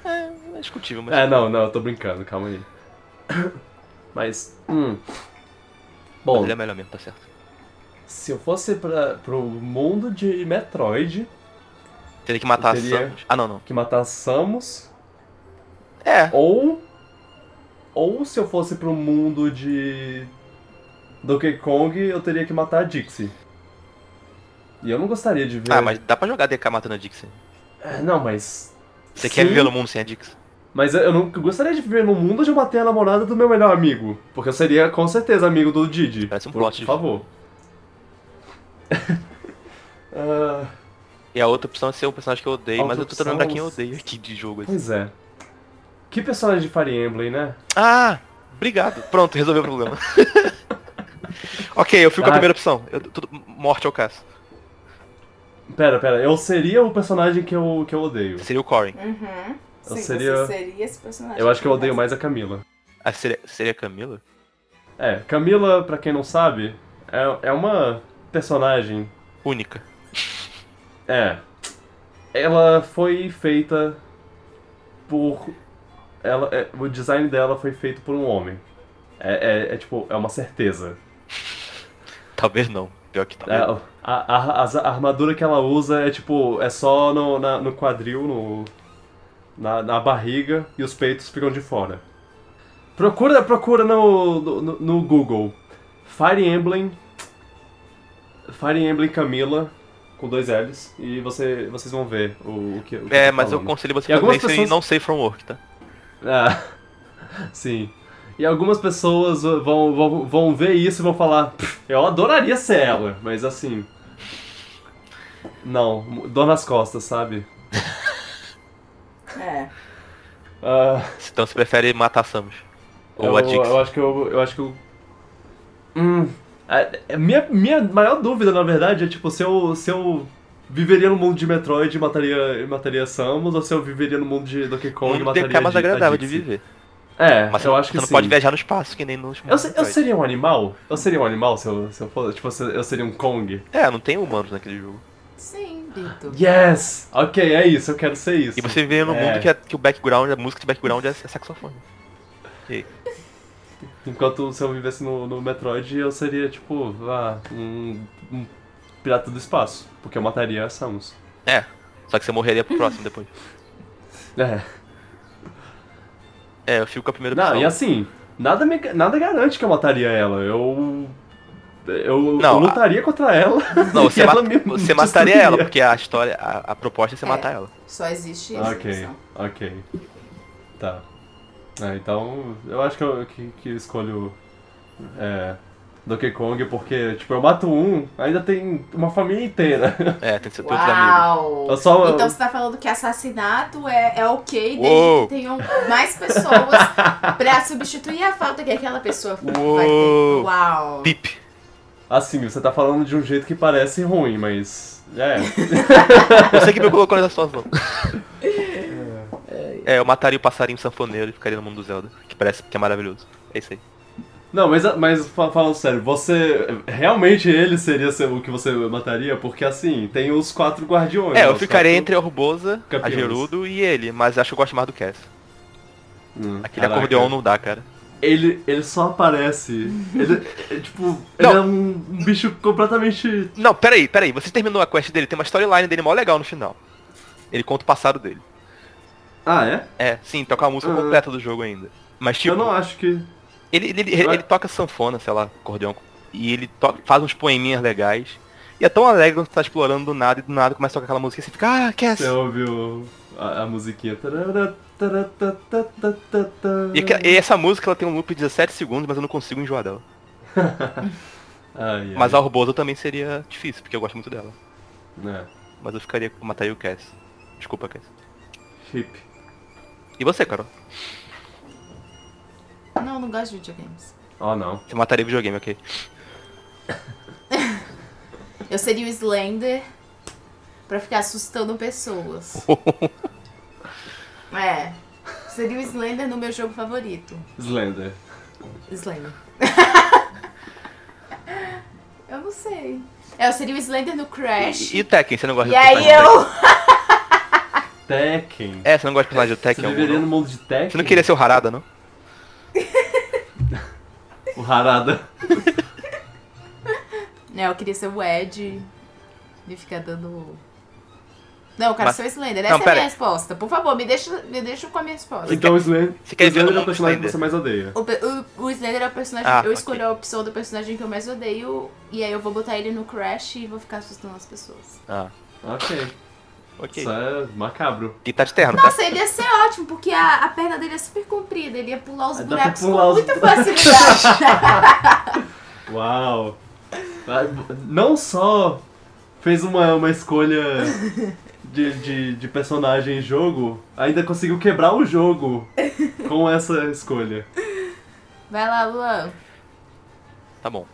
B: É, é discutível, mas.
A: É, não, não, eu tô brincando, calma aí. Mas, hum. Bom,
B: Ele é melhor mesmo, tá certo.
A: se eu fosse pra, pro mundo de Metroid,
B: Teria que matar
A: Teria-
B: a Samus. Ah, não, não.
A: que matar Samus,
B: É.
A: ou. Ou se eu fosse pro mundo de. Donkey Kong, eu teria que matar a Dixie. E eu não gostaria de ver.
B: Ah, mas dá pra jogar DK matando a Dixie.
A: É, Não, mas.
B: Você
A: Sim,
B: quer viver no mundo sem a Dixie?
A: Mas eu eu não eu gostaria de viver num mundo onde eu matei a namorada do meu melhor amigo. Porque eu seria com certeza amigo do Didi.
B: Parece um
A: por,
B: plot de-
A: Por favor. Ah,
B: E a outra opção é ser um personagem que eu odeio,
A: A
B: mas eu tô
A: outra
B: tentando lembrar
A: opção-
B: quem eu odeio aqui de jogo. assim.
A: pois é. Que personagem de Fire Emblem, né?
B: Ah, obrigado. Pronto, resolveu o problema. ok, eu fico com
A: Ah.
B: a primeira opção. Eu- tudo- morte ao caso.
A: Pera, pera, eu seria o personagem que eu, que eu odeio.
B: Seria o Corrin.
C: Uhum.
A: Eu
C: Sim,
A: seria-
C: Você seria esse personagem.
A: Eu acho que eu odeio mais a Camila.
B: Ah, seria, seria a Camila?
A: É, Camila, pra quem não sabe, é, é uma personagem.
B: Única.
A: É. Ela foi feita por. Ela, é, o design dela foi feito por um homem. É, é- é tipo, é uma certeza.
B: Talvez não. Pior que
A: É,
B: talvez.
A: a, a- as- a armadura que ela usa é tipo, é só no, na- no quadril, no, na, na barriga e os peitos ficam de fora. Procura, procura no, no, no Google. Fire Emblem. Fire Emblem Camila com dois L's e você, vocês vão ver o, o que o que
B: É,
A: tô
B: mas eu
A: falando.
B: aconselho você
A: E
B: fazer
A: algumas
B: isso
A: pessoas-
B: e não safe from work, tá?
A: Ah, sim. E algumas pessoas vão, vão, vão ver isso e vão falar: "Pff, eu adoraria ser ela, mas assim. Não, mu- dor nas costas, sabe?
C: É.
A: Ah,
B: Então você prefere matar a Samus. Ou
A: eu,
B: a Dix.
A: eu acho que eu. eu acho que eu... Hum. A- a minha, minha maior dúvida, na verdade, é tipo, se eu, se eu viveria no mundo de Metroid e mataria, e mataria Samus, ou se eu viveria no mundo de Donkey Kong e
B: Um
A: mataria
B: DK mais
A: Di- a
B: agradável de
A: Dixie.
B: viver.
A: É,
B: Mas
A: eu acho que
B: você não
A: sim.
B: pode viajar no espaço, que nem nos.
A: Eu, se- eu seria um animal? Eu seria um animal se eu, se eu fosse. Tipo, se eu seria um Kong?
B: É, não tem humanos naquele jogo.
C: Sim, Vitor.
A: Yes! Ok, é isso, eu quero ser isso.
B: E você vive num
A: É.
B: mundo que, a- que o background, a música de background é, é saxofone. E-
A: Enquanto se eu vivesse no, no Metroid, eu seria, tipo, ah, um, um pirata do espaço. Porque eu mataria a Samus.
B: é. Só que você morreria pro próximo depois.
A: É.
B: É, eu fico com a primeira opção.
A: Não, e assim, nada, me, nada garante que eu mataria ela. Eu. Eu,
B: Não,
A: eu lutaria contra ela.
B: Não,
A: e
B: você,
A: ela
B: ma-
A: me
B: você mataria ela,
A: destruiria.
B: porque a história, a, a proposta é você
C: É.
B: matar ela.
C: Só existe essa
A: Ok,
C: opção.
A: ok. Tá. É, então, eu acho que eu que, que eu escolho é, Donkey Kong porque, tipo, eu mato um, ainda tem uma família inteira.
B: É, tem que ser todos amigos.
C: Uau!
A: Eu só-
C: Então você tá falando que assassinato é, é ok desde
B: Uou.
C: que tenham mais pessoas pra substituir a falta que aquela pessoa vai ter.
B: Uou.
C: Uau!
B: Pip.
A: Assim, você tá falando de um jeito que parece ruim, mas. É.
B: Você que me colocou nessa situação. É, eu mataria o passarinho sanfoneiro e ficaria no mundo do Zelda. Que parece que é maravilhoso. É isso aí.
A: Não, mas, mas fa- falando sério, você. Realmente ele seria seu- o que você mataria? Porque assim, tem os quatro guardiões.
B: É, eu
A: os
B: ficaria
A: quatro-
B: entre a Urbosa, a
A: campeões.
B: Gerudo e ele, mas acho que eu gosto mais do Cass.
A: Hum,
B: Aquele
A: caraca.
B: acordeon não dá, cara.
A: Ele, ele só aparece. Ele, é, tipo, ele
B: Não.
A: é um, um bicho completamente.
B: Não, peraí, peraí. Você terminou a quest dele, tem uma storyline dele mó legal no final. Ele conta o passado dele.
A: Ah, é?
B: É, sim, toca a música
A: Ah.
B: completa do jogo ainda. Mas tipo,
A: Eu não acho que.
B: Ele, ele, ele, ele toca sanfona, sei lá, acordeão. E ele to- faz uns poeminhas legais. E é tão alegre quando você tá explorando do nada e do nada começa a tocar aquela música e você fica, ah, Cass!
A: Você ouviu a, a musiquinha. Tarará, tará, tá, tá, tá, tá, tá.
B: E, aquela- e essa música ela tem um loop de 17 segundos, mas eu não consigo enjoar dela.
A: Ai, ai.
B: Mas a Orbosa também seria difícil, porque eu gosto muito dela.
A: É.
B: Mas eu ficaria com mataria o Cass. Desculpa, Cass.
A: Hip.
B: E você, Carol?
C: Não, não gosto de videogames.
A: Oh, não.
B: Você mataria videogame, ok?
C: Eu seria o Slender pra ficar assustando pessoas. é. Seria o Slender no meu jogo favorito.
A: Slender.
C: Slender. eu não sei. É, eu seria o Slender no Crash.
B: E, e Tekken, você não gosta
C: e aí eu.
A: Tekken.
B: É, você não gosta de personagem do
A: Você
B: Tekken? algum,
A: viveria
B: não?
A: no mundo de Tekken?
B: Você não queria ser o Harada, não?
A: O Harada.
C: É, eu queria ser o Ed e ficar dando Não, eu quero
B: Mas-
C: ser o Slender.
B: Não,
C: Essa é a
B: pera.
C: minha resposta. Por favor, me deixa, me deixa com a minha resposta.
A: Então o Slender,
B: Você quer ver
A: Slender
B: todo
A: é o
B: mundo
A: personagem que
B: Slender?
A: você mais odeia.
C: O, pe- o, o Slender é o personagem.
B: Ah,
C: eu
B: ok.
C: escolhi a opção do personagem que eu mais odeio. E aí eu vou botar ele no Crash e vou ficar assustando as pessoas.
B: Ah,
A: Ok.
B: ok.
A: Isso é macabro.
B: E tá de terno, tá?
C: Nossa, ele ia ser ótimo, porque a, a perna dele é super comprida. Ele ia pular os
A: Dá pra
C: buracos
A: pular
C: com
A: os-
C: muita facilidade.
A: Uau! Ah, Não só fez uma, uma escolha de, de, de personagem em jogo, ainda conseguiu quebrar o jogo com essa escolha.
C: Vai lá, Luan.
B: Tá bom.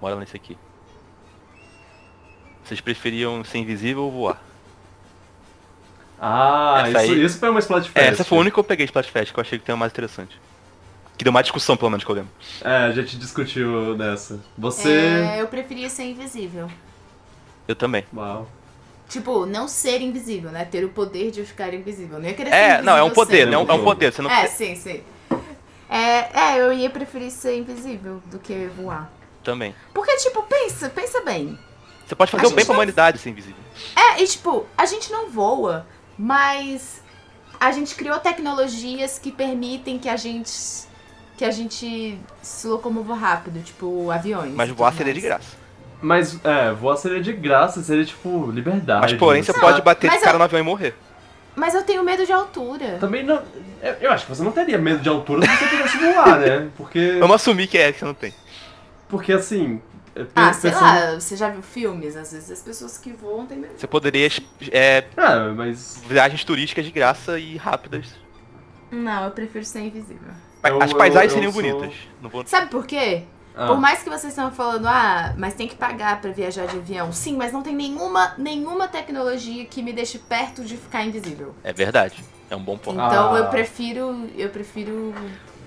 B: Bora nesse aqui. Vocês preferiam ser invisível ou voar?
A: Ah,
B: Essa
A: isso,
B: aí-
A: isso foi uma Splatfest.
B: É, essa foi a única que eu peguei de Splatfest, que eu achei que tem uma mais interessante. Que deu mais discussão, pelo menos, que eu lembro.
A: É, a gente discutiu nessa. Você.
C: É, eu preferia ser invisível.
B: Eu também.
A: Uau.
C: Tipo, não ser invisível, né? Ter o poder de eu ficar invisível. Não ia querer ser
B: É,
C: invisível
B: não, é um poder,
C: sempre.
B: né? É um, é um poder. Você não...
C: É, sim, sim. É, é, eu ia preferir ser invisível do que voar.
B: Também.
C: Porque, tipo, pensa, pensa bem.
B: Você pode fazer
C: A
B: o bem
C: gente
B: pra
C: não-
B: humanidade ser invisível.
C: É, e tipo, a gente não voa, mas a gente criou tecnologias que permitem que a gente que a gente se locomova rápido, tipo aviões.
B: Mas
C: e
B: voar
C: tudo
B: seria de
C: mais.
B: graça.
A: Mas, é, voar seria de graça, seria tipo liberdade.
B: Mas porém, você
A: Não,
B: pode bater
C: mas
B: de cara no avião e morrer.
C: Mas eu tenho medo de altura.
A: tá- Também não. Eu, eu acho que você não teria medo de altura se você pudesse voar, né? Porque.
B: Vamos assumir que é, que você não tem.
A: Porque assim. eu pe-
C: Ah, sei
A: pensando-
C: lá, você já viu filmes? Às vezes as pessoas que voam têm medo.
B: Você poderia é,
A: Ah, mas.
B: viagens turísticas de graça e rápidas.
C: Não, eu prefiro ser invisível.
A: Eu-
B: As
A: eu-
B: paisagens
A: eu
B: seriam
A: sou-
B: bonitas. Não vou...
C: Sabe por quê?
A: Ah,
C: Por mais que vocês estão falando, ah, mas tem que pagar pra viajar de avião. Sim, mas não tem nenhuma, nenhuma tecnologia que me deixe perto de ficar invisível.
B: É verdade. É um bom ponto.
C: Então
A: Ah.
C: eu prefiro, eu prefiro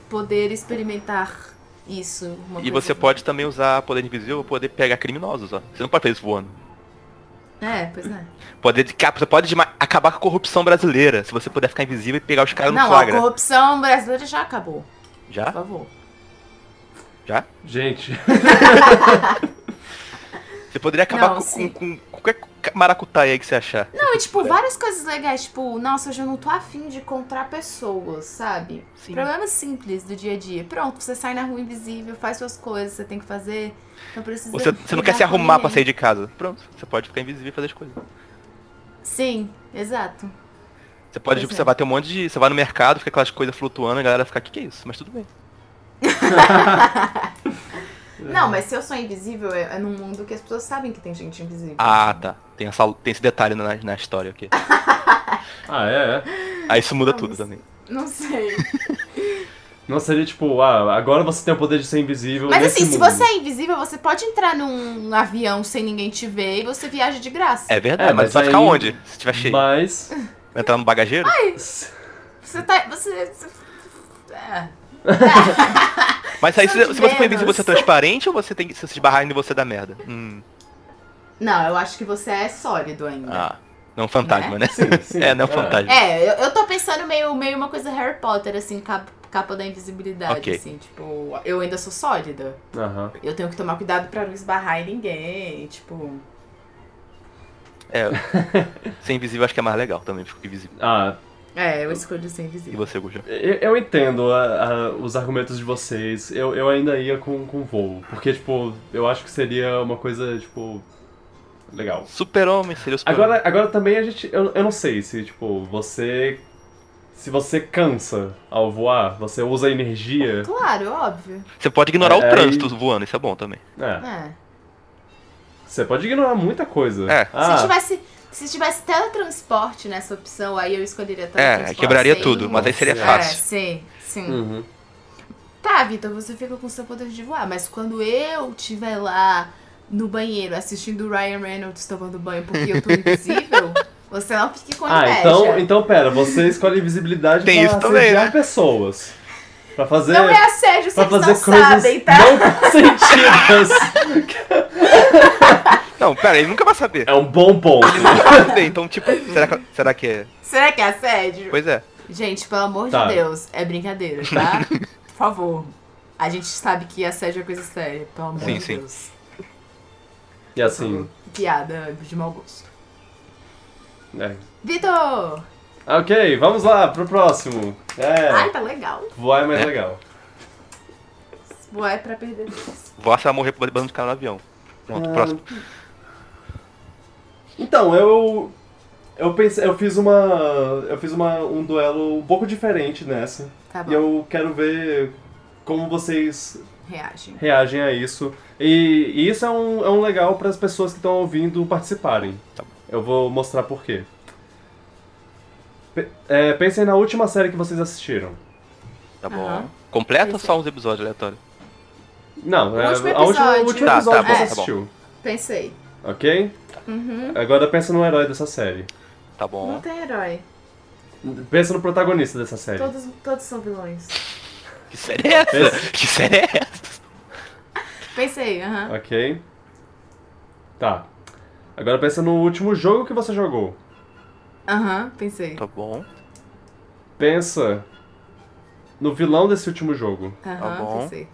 C: poder experimentar isso. uma
B: E
C: coisa-
B: você pode também usar poder invisível pra poder pegar criminosos, ó. Você não pode fazer isso voando.
C: É, pois é.
B: Poder de cap- você pode desma- acabar com a corrupção brasileira, se você puder ficar invisível e pegar os caras no
C: não, a
B: flagra.
C: corrupção brasileira já acabou. Por
B: Já?
C: favor.
B: Já?
A: Gente.
B: Você poderia acabar
C: Não,
B: com,
C: sim.
B: com- com qualquer maracutaia aí que você achar.
C: Não, e tipo, várias coisas legais, tipo, nossa, hoje eu não tô afim de encontrar pessoas, sabe?
B: Sim.
C: Problemas simples do dia a dia. Pronto, você sai na rua invisível, faz suas coisas, você tem que fazer. Não precisa.
B: Ou Você, você não quer
C: brigar
B: se
C: com
B: arrumar pra
C: ninguém.
B: sair de casa. Pronto, você pode ficar invisível e fazer as coisas.
C: Sim, exato.
B: Você pode,
C: Pois
B: tipo,
C: é.
B: você vai ter um monte de. Você vai no mercado, fica aquelas coisas flutuando, a galera fica, o que, que é isso? Mas tudo bem. É.
C: Não, mas se eu sou invisível, é, é num mundo que as pessoas sabem que tem gente invisível.
B: Ah, tá. Tem, essa, tem esse detalhe na, na história aqui.
A: Ah, é, é.
B: Aí isso muda
C: Ah,
B: tudo
C: mas-
B: também.
C: Não sei.
A: Não seria tipo, ah, agora você tem o poder de ser invisível.
C: Mas
A: nesse
C: assim, se
A: mundo.
C: você é invisível, você pode entrar num avião sem ninguém te ver e você viaja de graça.
B: É verdade,
A: É,
B: mas
A: mas
B: vai ficar
A: aí-
B: onde? Se tiver cheio.
A: Mas.
B: Vai entrar no bagageiro?
C: Você tá. Você. É.
B: mas aí,
C: são
B: se,
C: de
B: se você for
C: menos.
B: invisível, você é transparente ou você tem que. Se você se esbarrar em você dá merda? Hum.
C: Não, eu acho que você é sólido ainda.
B: Ah. Não fantasma, né?
A: Sim, sim.
B: É, não
A: É.
B: fantasma.
C: É, eu, eu tô pensando meio, meio uma coisa Harry Potter, assim, capa, capa da invisibilidade,
B: Ok.
C: assim, tipo, eu ainda sou sólida.
A: Aham.
C: Eu tenho que tomar cuidado pra não esbarrar em ninguém, tipo.
B: É. Ser invisível acho que é mais legal também, fico invisível.
A: Ah,
C: É, eu escolho ser
B: E
C: invisível.
B: você, Guja?
A: eu, eu entendo ah, ah, os argumentos de vocês. Eu, eu ainda ia com, com voo. Porque, tipo, eu acho que seria uma coisa, tipo. Legal.
B: Super-homem seria o super
A: Agora, agora também a gente. Eu, eu não sei se, tipo, você. Se você cansa ao voar, você usa energia.
C: Claro, óbvio.
B: Você pode ignorar
A: É,
B: o trânsito voando, isso é bom também.
A: É.
C: É.
A: Você pode ignorar muita coisa.
B: É.
A: Ah,
C: Se tivesse. Se tivesse teletransporte nessa opção, aí eu escolheria teletransporte.
B: É, quebraria
C: sem-
B: tudo, mas aí seria
A: Nossa.
C: É,
B: fácil. Hum.
C: sim, sim.
A: uhum.
C: Tá, Vitor, você fica com seu poder de voar, mas quando eu estiver lá no banheiro assistindo o Ryan Reynolds tomando banho porque eu tô invisível, você não fique com
A: Ah,
C: inveja.
A: então, então pera, você escolhe invisibilidade
B: Tem
A: pra
B: isso também,
A: assediar
B: né?
A: pessoas. Pra fazer.
C: Não é assédio,
A: pra
C: vocês
A: fazer
C: não
A: coisas
C: sabem, tá?
A: não sentidas.
B: Não, pera, ele nunca vai saber.
A: É um bom ponto.
B: Bem, então, tipo, será que, será que é?
C: Será que é assédio?
B: Pois é.
C: Gente, pelo amor
A: Tá.
C: de Deus, é brincadeira, tá? Por favor. A gente sabe que assédio é coisa séria, pelo amor
B: Sim,
C: de
B: sim.
C: Deus.
A: E assim.
C: Piada de mau gosto.
A: É. Ah,
C: Vitor!
A: Ok, vamos lá pro próximo.
C: Ai,
A: É,
C: tá legal.
A: voar é mais legal.
C: Voar é pra perder dois.
B: Voar, você vai morrer bando de cara no avião.
C: Ah,
B: Pronto, próximo.
A: Então, eu eu pensei, eu fiz uma eu fiz uma um duelo um pouco diferente nessa.
C: Tá bom.
A: E eu quero ver como vocês
C: Reage.
A: reagem a isso. E, e isso é um, é um legal para as pessoas que estão ouvindo participarem.
B: Tá bom.
A: Eu vou mostrar por quê. Pe- é, pensem na última série que vocês assistiram.
B: Tá bom.
C: Aham.
B: Completa ou
C: Isso.
B: só uns episódios aleatórios?
A: Não, é,
C: último
A: a última, o
C: episódio.
A: último
B: Tá, tá
A: episódio
C: bom,
A: que você
C: tá
B: bom.
A: assistiu.
C: Pensei.
A: Ok?
C: Uhum.
A: Agora pensa no herói dessa série.
B: Tá
C: Não
B: bom.
C: tem herói.
A: Pensa no protagonista dessa série.
C: Todos, todos são vilões.
B: Que série é essa? Que série é essa?
C: Pensei, aham.
A: Ok. Tá. Agora pensa no último jogo que você jogou.
C: Aham, pensei.
B: Tá bom.
A: Pensa no vilão desse último jogo.
C: Aham,
B: bom.
C: pensei.
A: Tá.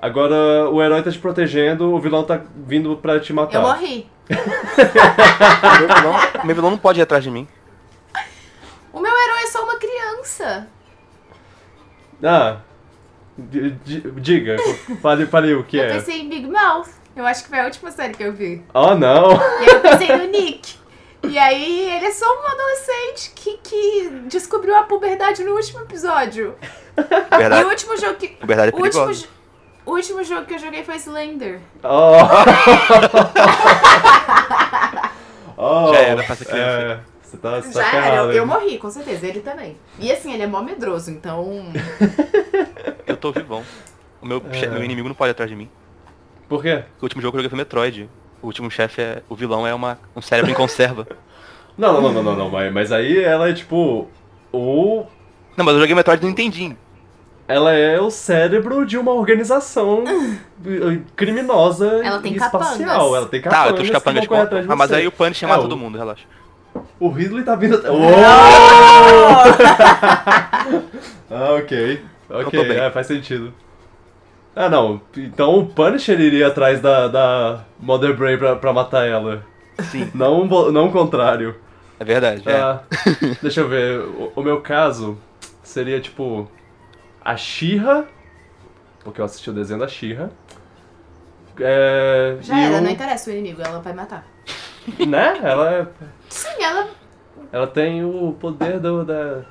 A: Agora o herói tá te protegendo, o vilão tá vindo pra te matar.
C: Eu morri.
B: Meu vilão, meu vilão não pode ir atrás de mim.
C: O meu herói é só uma criança.
A: Ah. di- di- Diga, fale, fale o que
C: eu
A: é.
C: pensei em Big Mouth. Eu acho que foi a última série que eu vi.
A: Oh não!
C: E aí eu pensei no Nick. E aí ele é só um adolescente que, que descobriu a puberdade no último episódio. E o
B: Verdade.
C: último jogo que.
B: Verdade é
C: O último,
B: perigosa.
C: jo- o último jogo que eu joguei foi Slender.
A: Oh! oh.
B: Já era pra ser criança.
A: É, você tá, você tá
C: Já era,
A: ferrado,
C: eu, eu
A: hein?
C: morri, com certeza, ele também. E assim, ele é mó medroso, então.
B: Eu tô vivão. O meu,
A: É.
B: che- meu inimigo não pode ir atrás de mim.
A: Por quê?
B: O último jogo que eu joguei foi Metroid. O último chefe é. O vilão é uma, um cérebro em conserva.
A: Não, não, não, não, não, não, mas, mas aí ela é tipo. O.
B: Não, mas eu joguei Metroid e não entendi.
A: Ela é o cérebro de uma organização eh, criminosa
C: Ela tem
A: e espacial.
C: capangas.
A: Ela tem
B: Tá,
A: capangas.
B: eu tô os
A: que
B: capangas
A: vão
B: de
A: correr
B: conta.
A: atrás de
B: Ah, mas
A: você.
B: aí o Punish ia
A: É,
B: matar
A: o-
B: todo mundo, relaxa.
A: O Ridley tá vindo. Oh! ah, ok.
B: Então tô
A: Ok,
B: bem.
A: é, faz sentido. Ah, não. Então o Punisher iria atrás da, da Mother Brain pra, pra matar ela.
B: Sim,
A: Não, o vo- não o contrário.
B: é verdade. é.
A: Ah, deixa eu ver. O, o meu caso seria tipo a Xirra, porque eu assisti o desenho da Xirra. É,
C: Já
A: e
C: era,
A: o-
C: não interessa o inimigo, ela vai matar.
A: Né? Ela, é-
C: Sim, ela.
A: ela tem o poder do, da,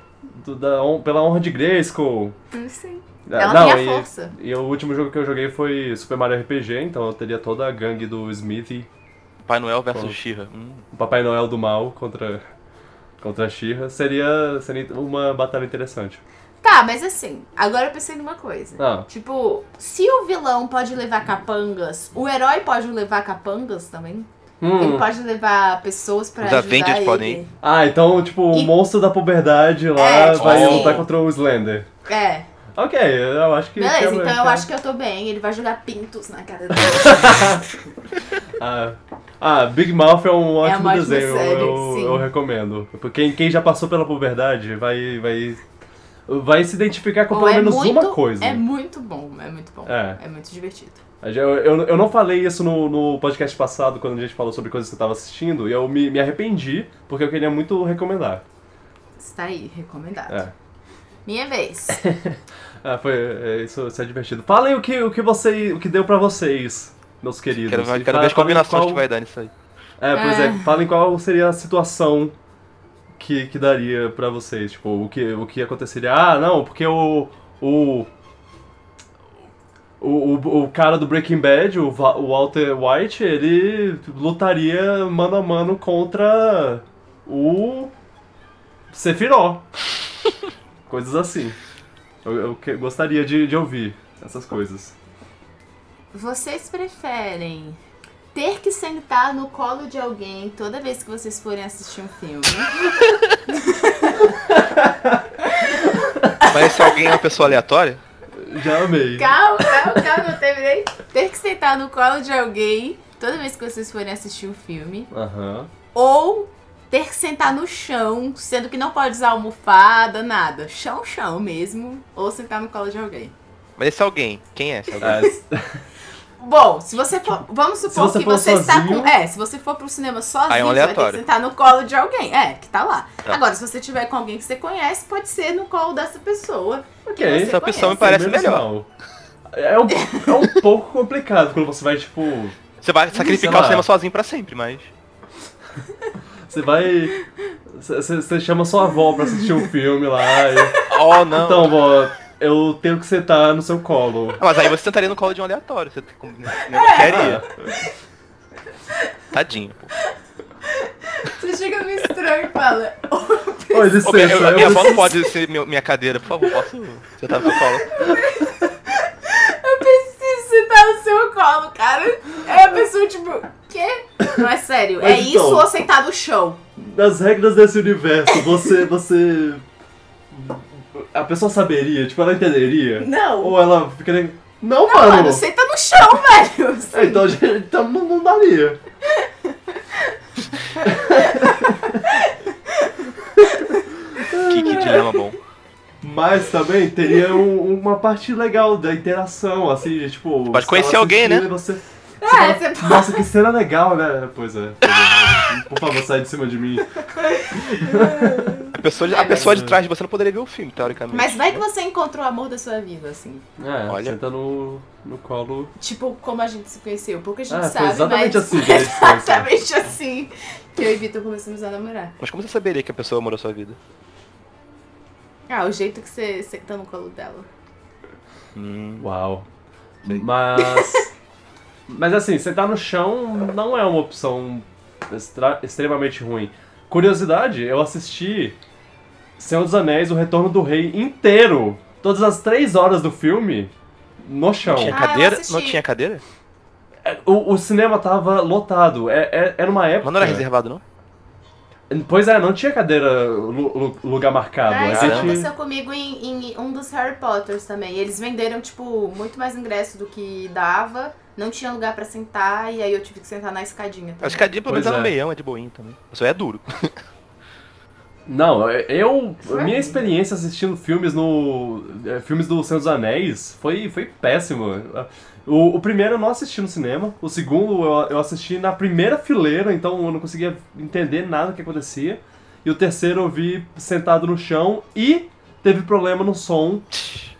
A: do- da hon- pela honra de Grayskull.
C: Sim.
A: Ah,
C: Ela
A: não,
C: tem a
A: e-
C: força.
A: E o último jogo que eu joguei foi Super Mario RPG, então eu teria toda a gangue do Smithy,
B: Pai Noel versus
A: Pô.
B: She-Ra. Hum,
A: o Papai Noel do Mal contra, contra a Xirra. Seria, seria uma batalha interessante.
C: Tá, mas assim, agora eu pensei numa coisa.
A: Ah,
C: Tipo, se o vilão pode levar capangas, o herói pode levar capangas também? Ele
A: hum.
C: pode levar pessoas pra
B: Os
C: ajudar
B: Avengers
C: ele.
B: podem
A: Ah, então, tipo, o
C: E-
A: monstro da puberdade lá
C: É, tipo
A: vai
B: assim.
A: lutar contra o Slender.
C: É,
A: Ok, eu acho que.
C: beleza,
A: que-
C: então eu
A: que-
C: acho que eu tô bem. Ele vai jogar pintos na cara dele.
A: Ah, ah, Big Mouth é um ótimo
C: ótima
A: desenho,
C: série,
A: eu,
C: sim.
A: eu recomendo. Porque quem, quem já passou pela puberdade vai, vai, vai se identificar com
C: Bom,
A: pelo
C: é
A: menos
C: muito-
A: uma coisa.
C: É muito bom, é muito bom.
A: É.
C: É, muito divertido.
A: Eu, eu, eu não falei isso no, no podcast passado, quando a gente falou sobre coisas que eu tava assistindo, e eu me, me arrependi, porque eu queria muito recomendar.
C: Está aí, recomendado.
A: É.
C: Minha vez.
A: Ah, foi, é, isso, isso é divertido. Falem o que, o que, você, o que deu pra vocês, meus queridos.
B: Quero,
A: E
B: ver- quero ver
A: fa-
B: as
A: falem
B: combinações
A: tá qual-
B: que vai dar nisso aí.
A: É, pois é,
C: É.
A: falem qual seria a situação que, que daria pra vocês. Tipo, o que, o que aconteceria. Ah, não, porque o. O. O, o, o cara do Breaking Bad, o, Va- o Walter White, ele lutaria mano a mano contra o. Sephiroth. coisas assim. Eu, eu que- gostaria de, de ouvir essas coisas.
C: Vocês preferem ter que sentar no colo de alguém toda vez que vocês forem assistir um filme?
B: Mas se alguém é uma pessoa aleatória,
A: Já amei.
C: Calma, calma, calma, eu terminei. Ter que sentar no colo de alguém toda vez que vocês forem assistir um filme.
A: Aham.
C: Ou ter que sentar no chão, sendo que não pode usar almofada, nada. Chão, chão mesmo. Ou sentar no colo de alguém.
A: É.
B: mas esse alguém, quem é esse alguém?
A: Ah,
C: Bom, se você for. Vamos supor
A: você
C: que
A: for
C: você está
A: sozinho-
C: com. É, se você for pro cinema sozinho,
B: Aí é um
C: você vai ter que
B: aleatório.
C: sentar no colo de alguém. É, que tá lá.
B: Tá.
C: Agora, se você tiver com alguém que você conhece, pode ser no colo dessa pessoa.
A: Ok,
C: você
A: essa
B: opção
C: conhece.
B: me parece
A: Menos
B: melhor.
A: mal. É um, é um pouco complicado quando você vai, tipo.
B: Você vai sacrificar
A: lá.
B: o cinema sozinho pra sempre, mas.
A: Você vai. você- Você você chama sua avó pra assistir um filme lá. e-
B: Oh, não.
A: Então, vó, eu tenho que sentar no seu colo.
B: Ah, mas aí você sentaria no colo de um aleatório. Você com- não
C: É.
B: queria. Tadinho, pô.
C: Você chega meio estranho e fala. "Oh,
A: Oi,
B: Ô, minha,
A: licença.
B: eu-
A: eu
B: minha avó não
A: preciso-
B: pode ser meu- minha cadeira, por favor, posso sentar no seu colo?
C: Eu preciso sentar no seu colo, cara. Aí a pessoa, tipo, quê? Não é sério.
A: Mas
C: é
A: então-
C: isso ou sentar no chão?
A: Nas regras desse universo, você. você. A pessoa saberia, tipo, ela entenderia.
C: Não.
A: Ou ela ficaria. Não,
C: Não,
A: mano!
C: mano, senta no chão, velho.
A: É, Então, a gente- então não, não daria.
B: Que, que dilema bom.
A: Mas também teria um- uma parte legal da interação, assim, de tipo.
B: Pode
A: você
B: conhecer
A: tava
B: alguém,
A: assistindo
B: né?
A: e Você,
C: É, você pode.
A: Nossa, que cena legal, né? Pois é. pois é. Por favor, sai de cima de mim.
B: A pessoa, de- a
C: É,
B: pessoa
A: mas-
B: de trás de você não poderia ver o filme, teoricamente.
C: Mas vai que você encontrou o amor da sua vida, assim.
A: É,
B: Olha.
A: senta no, no colo.
C: Tipo, como a gente se conheceu. Pouca gente
A: Ah, foi
C: sabe,
A: exatamente
C: mas...
A: assim que a gente se conheceu.
C: exatamente assim que eu e Vitor começamos a namorar.
B: Mas como você saberia que a pessoa morou sua vida?
C: Ah, o jeito que você senta no colo dela.
B: Hum,
A: Uau.
B: Sei.
A: Mas. Mas assim, sentar no chão não é uma opção extra- extremamente ruim. Curiosidade, eu assisti Senhor dos Anéis, O Retorno do Rei inteiro, todas as três horas do filme, no chão.
B: não tinha
C: Ah, eu
B: cadeira?
C: assisti.
B: Não tinha cadeira?
A: O, o cinema tava lotado. É, é- era uma época.
B: Mas não era reservado, não?
A: Pois é, não tinha cadeira, lu- lu- lugar marcado.
C: Ah,
A: A
C: isso
B: Caramba.
A: gente-
C: aconteceu comigo em, em um dos Harry Potters também. Eles venderam, tipo, muito mais ingresso do que dava. Não tinha lugar pra sentar, e aí eu tive que sentar na escadinha também.
B: Acho que a dia pelo menos
A: Pois
B: era no
A: é.
B: meião, é de boinha também. Só é duro.
A: Não, é, eu.
C: Sério?
A: Minha experiência assistindo filmes no. eh, Filmes do Senhor dos Anéis foi, foi péssima. O, o primeiro eu não assisti no cinema, o segundo eu, eu assisti na primeira fileira, então eu não conseguia entender nada do que acontecia. E o terceiro eu vi sentado no chão e teve problema no som,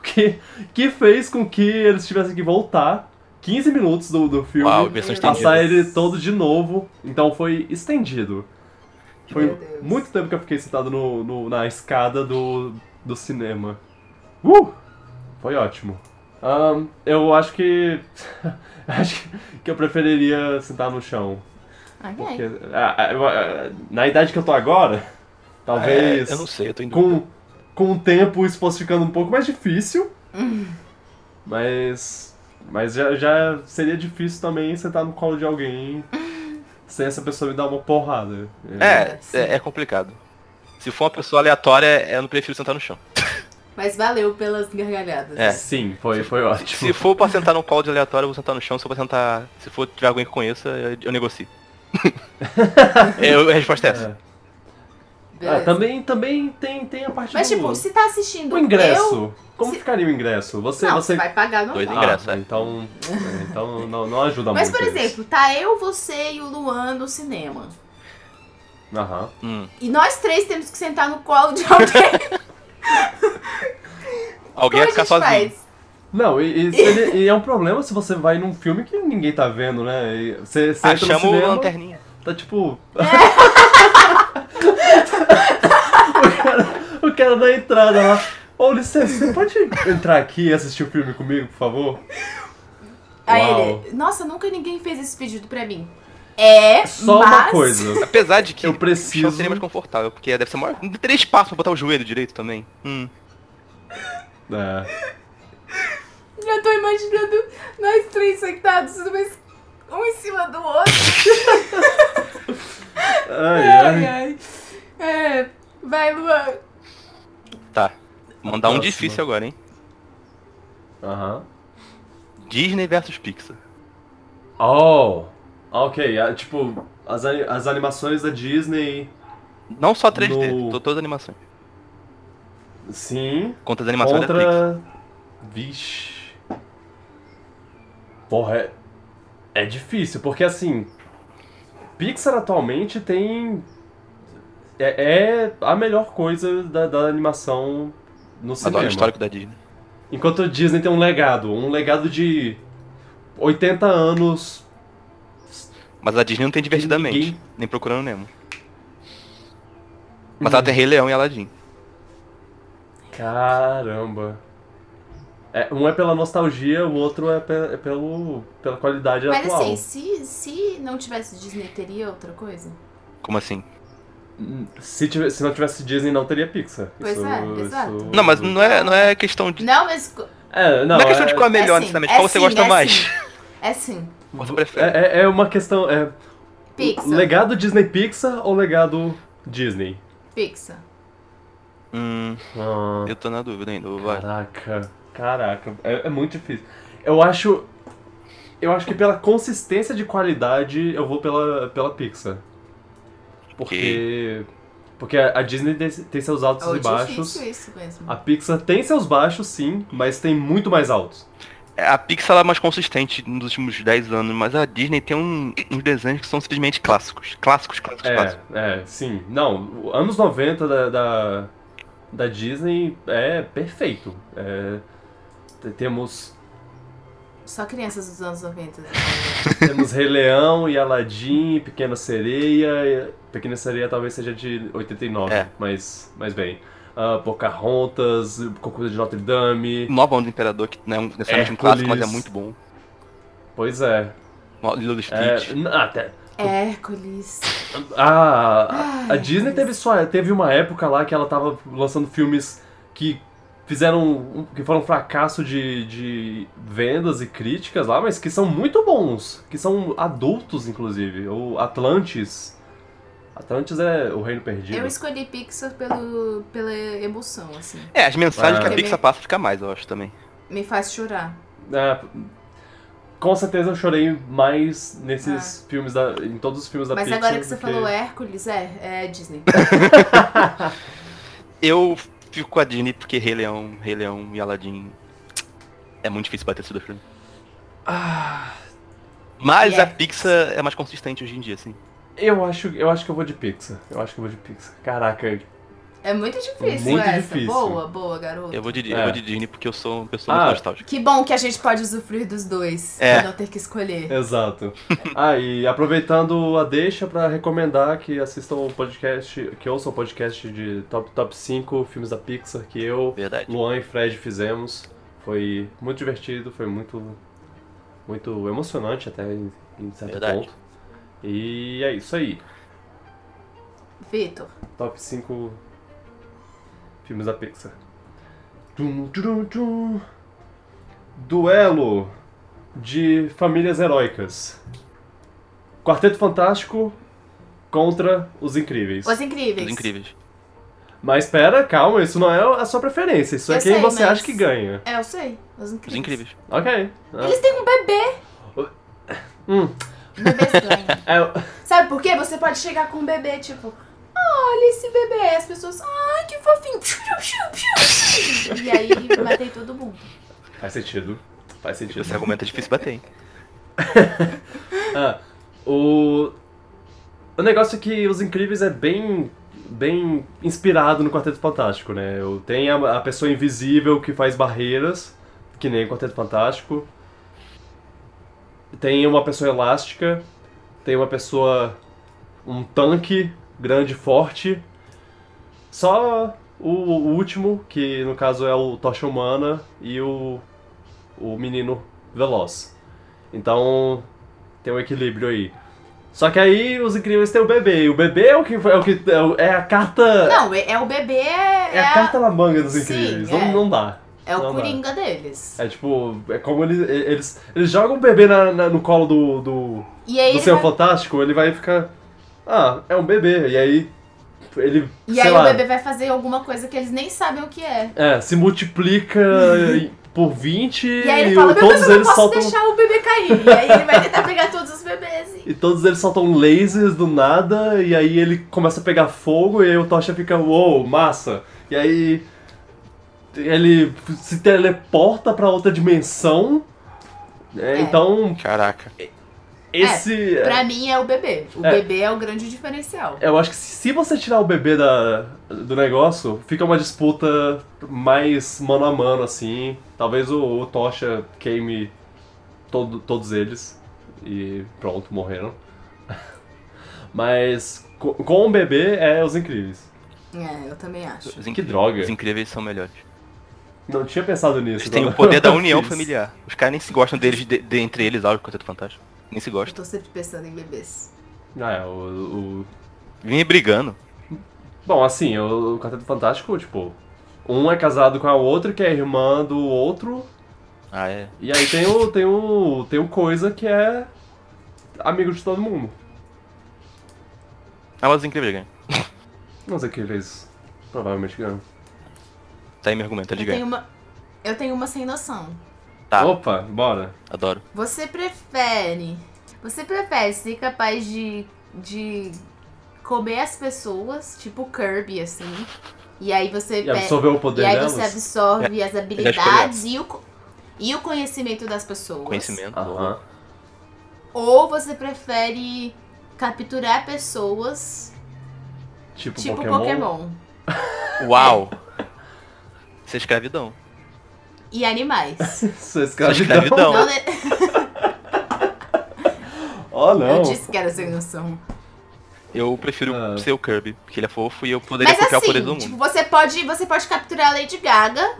A: que, que fez com que eles tivessem que voltar 15 minutos do, do filme,
B: Uau, versão
A: passar
B: estendida.
A: ele todo de novo. Então foi estendido. Foi
C: Meu Deus.
A: muito tempo que eu fiquei sentado no, no- na escada do, do cinema. Uh! Foi ótimo. Ahn, eu acho que. acho que eu preferiria sentar no chão.
C: Ah, é.
A: Porque, ah, ah, eu, ah, na idade que eu tô agora, talvez.
B: É, eu não sei, eu tô indo.
A: com, com o tempo isso fosse ficando um pouco mais difícil. Mas. Mas já, já seria difícil também sentar no colo de alguém sem essa pessoa me dar uma porrada.
B: É, é, é complicado. Se for uma pessoa aleatória, é, eu não prefiro sentar no chão.
C: Mas valeu pelas gargalhadas.
B: É.
A: Sim, foi, foi ótimo.
B: Se for pra sentar num colo de aleatório, eu vou sentar no chão. Se for pra sentar. Se for tiver alguém que eu conheça, eu, eu negocio. eu, a resposta é essa.
A: É. Ah,
C: Beleza.
A: também, também tem, tem a parte
C: Mas,
A: do...
C: tipo, se tá assistindo
A: o ingresso.
C: eu...
A: Como
C: se-
A: ficaria o ingresso? Você...
C: Não,
A: você...
C: você vai pagar normal.
B: Dois
A: Ah,
B: ingresso, é.
A: então, é, então não, não ajuda
C: Mas,
A: muito
C: por
A: isso.
C: exemplo, tá eu, você e o Luan no cinema.
A: Aham.
B: Hum.
C: E nós três temos que sentar no colo de alguém.
B: Alguém
C: Como a
B: vai ficar
C: gente
B: sozinho.
C: faz?
A: Não, e, e se ele- e é um problema se você vai num filme que ninguém tá vendo, né? E você você
B: Ah,
A: entra no
B: chama o
A: cinema,
B: lanterninha.
A: tá tipo... o, cara, o cara na entrada lá... Ô, licença, você pode entrar aqui e assistir o filme comigo, por favor?
C: Aí
A: Uau.
C: ele, nossa, nunca ninguém fez esse pedido pra mim. É,
A: Só
C: mas...
A: uma coisa.
B: Apesar de que
A: Eu
B: o
A: preciso-
B: chão seria mais confortável, porque deve ser maior. Não teria espaço pra botar o joelho direito também. Hum.
A: É.
C: Já tô imaginando nós três sentados, mas um em cima do outro.
A: Ai,
C: Ai,
A: ai.
C: ai. É, vai, Luan.
B: Tá. Mandar um
A: Próxima.
B: difícil agora, hein?
A: Aham.
B: Disney versus Pixar.
A: Oh, ok. ah, tipo, as, ani- as animações da Disney,
B: Não só 3D,
A: No-
B: to- todas as animações.
A: sim.
B: Contra as animações da Pixar.
A: Contra. Vixe. Porra, é- É difícil, porque assim. Pixar atualmente tem. É, é a melhor coisa da, da animação no cinema.
B: Adoro o histórico da Disney.
A: Enquanto a Disney tem um legado, um legado de 80 anos.
B: Mas a Disney não tem divertidamente,
A: Ninguém-
B: nem procurando Nemo. Mas ela tem Rei Leão e Aladdin.
A: Caramba. É, um é pela nostalgia, o outro é, pe é pelo, pela qualidade
C: Mas
A: atual.
C: assim, se, se não tivesse Disney, teria outra coisa?
B: Como assim?
A: Se, tive- se não tivesse Disney, não teria Pixar.
C: Pois é, exato.
B: Não, mas não é, não é questão de.
C: Não, mas. co-
A: É,
B: Não,
A: não,
B: é questão de qual é melhor,
C: assim,
B: necessariamente.
C: é
B: Qual você
C: sim,
B: gosta
C: é
B: mais?
C: sim. É sim.
B: Qual você prefere?
A: é, é- é uma questão. É,
C: Pixar.
A: legado Disney Pixar ou legado Disney?
C: Pixar.
B: Hum,
A: Ah,
B: eu tô na dúvida ainda, vai.
A: caraca, caraca, é, é muito difícil. Eu acho. Eu acho que pela consistência de qualidade eu vou pela, pela Pixar. Porque. Porque a a Disney tem tem seus altos
C: Ou
A: e baixos.
C: É difícil isso mesmo.
A: A Pixar tem seus baixos, sim, mas tem muito mais altos.
B: É, A Pixar ela é mais consistente nos últimos 10 anos, mas a Disney tem um- uns desenhos que são simplesmente clássicos. Clássicos, clássicos,
A: É,
B: clássicos.
A: é, sim. Não, o- anos 90 da, da, da Disney é perfeito. É, te- temos,
C: Só crianças dos anos né? 90.
A: temos Rei Leão e Aladdin, Pequena Sereia. e- Pequena Sereia talvez seja de 89,
B: É.
A: mas, mas bem. Ah, Pocahontas, Concurso de Notre Dame.
B: Nova Onda do Imperador, que não é um- necessariamente um clássico, mas é
A: Hércules.
B: muito bom.
A: Pois é.
B: Mo- Lilo
A: é
B: Stitch.
A: n- até,
C: Hércules.
A: Ah, a, a
C: Ai,
A: Disney
C: mas-
A: teve sua, teve uma época lá que ela tava lançando filmes que fizeram um- que foram um fracasso de, de vendas e críticas lá, mas que são muito bons, que são adultos inclusive. O Atlantis, Atlantis é o reino perdido.
C: Eu escolhi Pixar pelo, pela emoção, assim.
B: É, as mensagens
A: É.
B: que a Pixar passa fica mais, eu acho também.
C: Me faz chorar.
A: É, com certeza eu chorei mais nesses filmes da, em todos os filmes da
C: Ah. Mas
A: Pixar.
C: agora que você
A: do
C: falou Hércules, é, é Disney.
B: Eu fico com a Disney porque Rei Leão, Rei Leão e Aladdin é muito difícil bater esses dois filmes.
A: Ah,
B: Mas
C: Yeah.
B: a Pixar é mais consistente hoje em dia, assim.
A: eu acho, eu acho que eu vou de Pixar. Eu acho que eu vou de Pixar. Caraca,
C: É muito difícil
A: Muito
C: essa.
A: difícil.
C: Boa, boa, garoto.
B: Eu vou de,
A: É.
B: eu vou de Disney porque eu sou uma pessoa
A: Ah.
B: muito nostálgica.
C: Que bom que a gente pode usufruir dos dois.
B: É.
C: E não ter que escolher.
A: Exato. Ah, e aproveitando a deixa pra recomendar que assistam o podcast, que ouçam o podcast de top, top 5 filmes da Pixar que eu,
B: Verdade.
A: Luan e Fred fizemos. Foi muito divertido, foi muito muito emocionante até em, em certo
B: Verdade.
A: ponto. E é isso aí.
C: Vitor.
A: Top 5 filmes da Pixar. Tum, tum, tum. Duelo de famílias heróicas. Quarteto Fantástico contra Os Incríveis.
C: Os incríveis.
B: Os incríveis.
A: Mas pera, calma, isso não é a sua preferência. Isso é
C: Eu
A: quem
C: sei,
A: você
C: mas-
A: acha que ganha.
C: É, eu sei. Os incríveis.
B: Os incríveis.
A: Ok.
C: Eles têm um bebê. Um
A: Hum,
C: Bebê estranho.
A: é-
C: Sabe por quê? Você pode chegar com um bebê, tipo, olha esse bebê. As pessoas, ai, que fofinho. E aí, matei todo mundo.
A: Faz sentido. Faz sentido.
B: Esse argumento é difícil bater, hein?
A: Ah, o... o negócio é que Os Incríveis é bem bem inspirado no Quarteto Fantástico, né? Eu- Tem a, a pessoa invisível que faz barreiras, que nem o Quarteto Fantástico. Tem uma pessoa elástica, tem uma pessoa um tanque grande e forte. Só o, o último, que no caso é o Tocha Humana e o o menino veloz. Então, tem um equilíbrio aí. Só que aí os incríveis têm o bebê. E o bebê é o que. É, o que, é o- é a carta.
C: Não, é, é o bebê, é,
A: é a carta na manga dos
C: Sim,
A: incríveis.
C: é.
A: Não, não dá.
C: é o
A: não, não.
C: coringa deles.
A: É tipo. É como eles. Eles, eles jogam o bebê na- na- no colo do. do,
C: E aí,
A: do
C: ele
A: seu
C: vai-
A: fantástico, ele vai ficar. Ah, é um bebê. E aí. Ele.
C: e
A: sei
C: aí
A: lá,
C: o bebê vai fazer alguma coisa que eles nem sabem o que é.
A: É, se multiplica em- por 20
C: E aí ele
A: e
C: fala, meu Deus,
A: todos
C: eu não
A: eles
C: posso
A: soltam.
C: deixar o bebê cair. E aí ele vai tentar pegar todos os bebês. e-
A: E todos eles soltam lasers do nada, e aí ele começa a pegar fogo, e aí o Tocha fica, uou, massa. E aí ele se teleporta pra outra dimensão. É,
C: É.
A: Então,
B: Caraca.
A: Esse.
C: Pra mim é o bebê. O
A: É.
C: bebê é o grande diferencial.
A: Eu acho que se se você tirar o bebê da, do negócio, fica uma disputa mais mano a mano, assim. Talvez o, o Tocha queime todo- todos eles e pronto, morreram. Mas co- com, o bebê é os incríveis.
C: É, eu também acho.
B: Os, inc-
A: Que droga.
B: os incríveis são melhores.
A: Não tinha pensado nisso.
B: Eles têm o
A: não.
B: poder da união
A: Fiz.
B: familiar. Os caras nem se gostam deles, de, de- entre eles, lá, o Quarteto Fantástico. Nem se
C: Eu
B: gostam.
C: tô sempre pensando em bebês.
A: Ah, é, o, o-
B: Vêm brigando.
A: Bom, assim, o, o Quarteto Fantástico, tipo, um é casado com a outra, que é irmã do outro,
B: Ah, é.
A: E aí tem o, tem o, tem o Coisa que é amigo de todo mundo.
B: Ah, mas os incríveis ganham.
A: Não sei quem fez. Provavelmente ganhou.
B: Tá aí meu argumento, eles
C: eu tenho
B: ganham.
C: uma. Eu tenho uma sem noção.
B: Tá.
A: Opa, bora.
B: Adoro.
C: Você prefere. Você prefere ser capaz de. de comer as pessoas, tipo Kirby, assim. E aí você
A: E
C: pe-
A: absorveu o
C: É, E
A: poder
C: aí
A: delas?
C: você
B: É.
C: absorve as habilidades e o, co- e o conhecimento das pessoas.
B: Conhecimento.
A: Aham.
C: Ou você prefere capturar pessoas,
A: Tipo,
C: tipo
A: Pokémon.
C: Pokémon.
B: Uau! Isso é escravidão.
C: E animais.
A: Isso é
B: Isso é
A: escravidão.
B: escravidão.
C: Não, né?
A: Oh, não.
C: Eu disse que era sem noção.
B: Eu prefiro
A: Ah.
B: ser o Kirby, porque ele é fofo e eu poderia
C: Mas
B: copiar o poder do
C: assim,
B: mundo.
C: tipo, você pode, você pode capturar a Lady Gaga.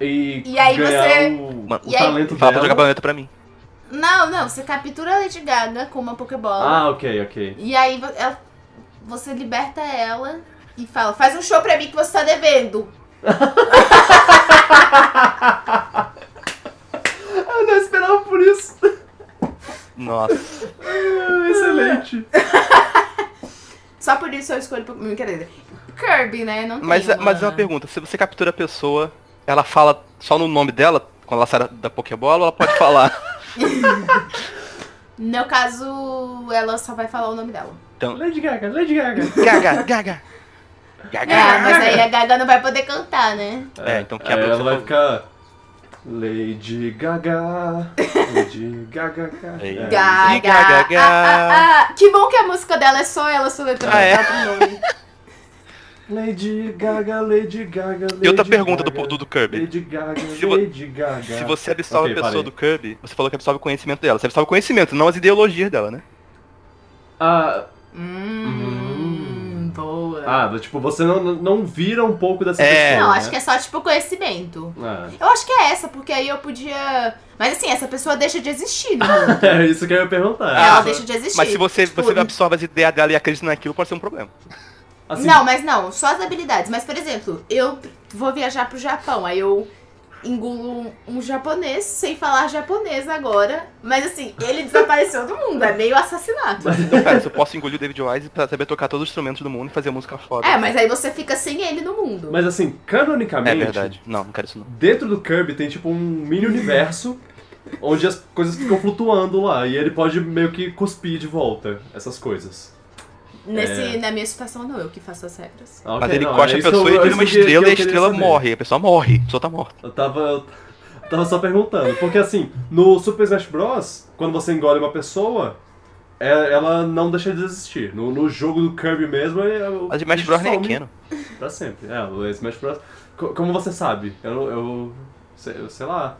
A: E,
C: E aí
A: ganhar
C: você-
A: o,
B: Mano,
A: o
C: e aí-
A: talento
B: Fala pra
A: dela.
B: jogar planeta pra mim.
C: Não, não, você captura a Lady Gaga com uma Pokébola.
A: Ah, ok, ok.
C: E aí vo- ela- você liberta ela e fala: faz um show pra mim que você tá devendo.
A: Ah, não esperava por isso.
B: Nossa.
A: Ah, Excelente.
C: Só por isso eu escolho Pokémon. Brincadeira. Kirby, né? Não tem
B: Mas,
C: uma...
B: mas é uma pergunta, se você captura a pessoa, ela fala só no nome dela, quando ela sai da- da Pokébola, ou ela pode falar.
C: No meu caso, ela só vai falar o nome dela.
A: Lady Gaga, Lady Gaga.
B: Gaga, gaga. Gaga.
C: É, mas aí a Gaga não vai poder cantar, né?
B: É, então
A: Aí
B: quebra
A: ela
B: você
A: vai
B: falou.
A: ficar... Lady Gaga, Lady Gaga.
B: Aí.
A: É.
C: Gaga.
B: Ih, Gaga,
C: Ah, ah, ah. Que bom que a música dela é só ela tá soletrando
B: Ah, é?
C: o nome.
A: Lady Gaga, Lady Gaga, Lady
B: E outra pergunta do,
A: Gaga,
B: do, do Kirby.
A: Lady Gaga,
B: Se vo-
A: Lady Gaga.
B: Se você é absorve
A: Ok,
B: a pessoa
A: parei.
B: do Kirby, você falou que absorve o conhecimento dela. Você absorve o conhecimento, não as ideologias dela, né?
A: Ah,
C: Hum, boa.
A: ah, do tipo, você não, não vira um pouco dessa
B: É.
A: pessoa,
C: não,
A: né?
C: acho que é só tipo conhecimento.
A: é...
C: Eu acho que é essa, porque aí eu podia. Mas assim, essa pessoa deixa de existir, né?
A: É isso que eu ia perguntar.
C: Ela
A: Essa-
C: deixa de existir.
B: Ah. Mas se você,
C: Tipo,
B: você absorve as ideias dela e acredita naquilo, pode ser um problema.
A: assim,
C: Não, mas não, só as habilidades. Mas, por exemplo, eu vou viajar pro Japão, aí eu engulo um, um japonês sem falar japonês agora. Mas assim, ele desapareceu do mundo, é meio assassinato.
B: Então, cara, se eu posso engolir o David Wise pra saber tocar todos os instrumentos do mundo e fazer música foda.
C: É, mas aí você fica sem ele no mundo.
A: Mas assim,
B: É
A: canonicamente,
B: verdade. Não, não quero isso não.
A: dentro do Kirby tem tipo um mini universo onde as coisas ficam flutuando lá e ele pode meio que cuspir de volta essas coisas. É.
C: Nesse, Na minha situação, não, eu que faço as regras.
A: Ah, ok,
B: Mas ele
A: não,
B: encosta
A: é
B: a
A: isso que
B: pessoa
A: eu-
B: e vira
A: isso
B: uma
A: que- que eu
B: estrela e a
A: queria
B: estrela
A: saber.
B: morre. A pessoa morre. A pessoa tá morta.
A: Eu tava. eu tava só perguntando, porque assim, no Super Smash Bros., quando você engole uma pessoa, é- ela não deixa de existir. No, no jogo do Kirby mesmo, é- o
B: Mas o Smash
A: bicho
B: Bros nem é
A: some
B: pequeno.
A: Pra sempre. É, o Smash Bros. Co- Como você sabe? Eu. eu sei, eu sei lá.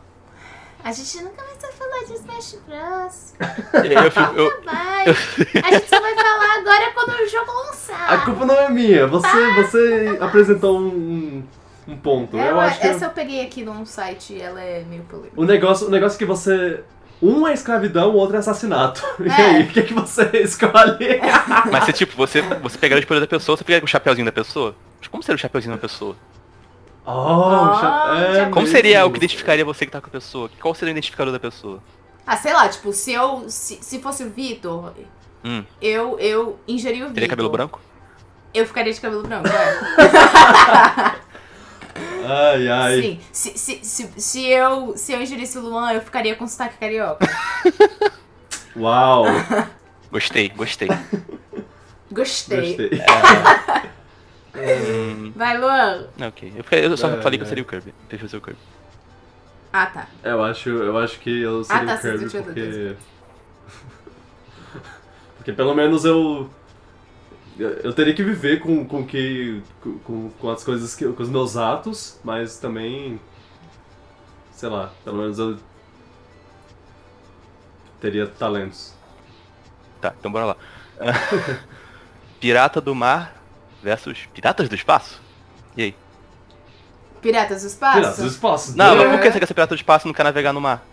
C: A gente nunca mais vai falar de Smash Bros.
B: Eu fico- eu-
C: Vai. A gente só vai falar agora quando o jogo
A: A
C: lançar.
A: culpa não é minha. Você, você apresentou um, um ponto.
C: É,
A: Eu acho que.
C: essa eu peguei aqui num site, ela é meio polêmica.
A: O negócio, o negócio é que você. Um é escravidão, o outro é assassinato. E
C: É.
A: aí, o que, que você escolhe?
B: Mas se tipo, você, você pegar os poderes da pessoa, você pega o chapeuzinho da pessoa? Mas como seria o chapeuzinho da pessoa?
A: Oh, o cha- é
C: Oh, já-
B: Como seria o que
A: mesmo.
B: identificaria você que tá com a pessoa? Qual seria o identificador da pessoa?
C: Ah, sei lá, tipo, se eu. Se, se fosse o Vitor,
B: Hum.
C: eu, eu ingeri o Vitor.
B: Teria cabelo branco?
C: Eu ficaria de cabelo branco, é.
A: Ai, ai.
C: Sim. Se, se, se, se, eu, se eu ingerisse o Luan, eu ficaria com sotaque carioca.
A: Uau.
B: Gostei, gostei.
C: Gostei.
A: Gostei.
C: Vai, Luan.
B: ok. Eu, fiquei- eu só
A: É,
B: falei que
A: é.
B: eu seria o Kirby. Deixa eu ser o Kirby.
C: Ah, tá.
A: Eu acho, eu acho que eu seria
C: tá,
A: o Kirby
C: você sentiu
A: porque... Porque pelo menos eu. Eu teria que viver com, com que. Com, com as coisas que. com os meus atos, mas também. Sei lá, pelo menos eu. Teria talentos.
B: Tá, então bora lá. Pirata do mar versus Piratas do Espaço? E aí?
C: Piratas do espaço?
A: Piratas do espaço. né?
B: Não, mas por que você quer ser pirata do espaço e não quer navegar no mar?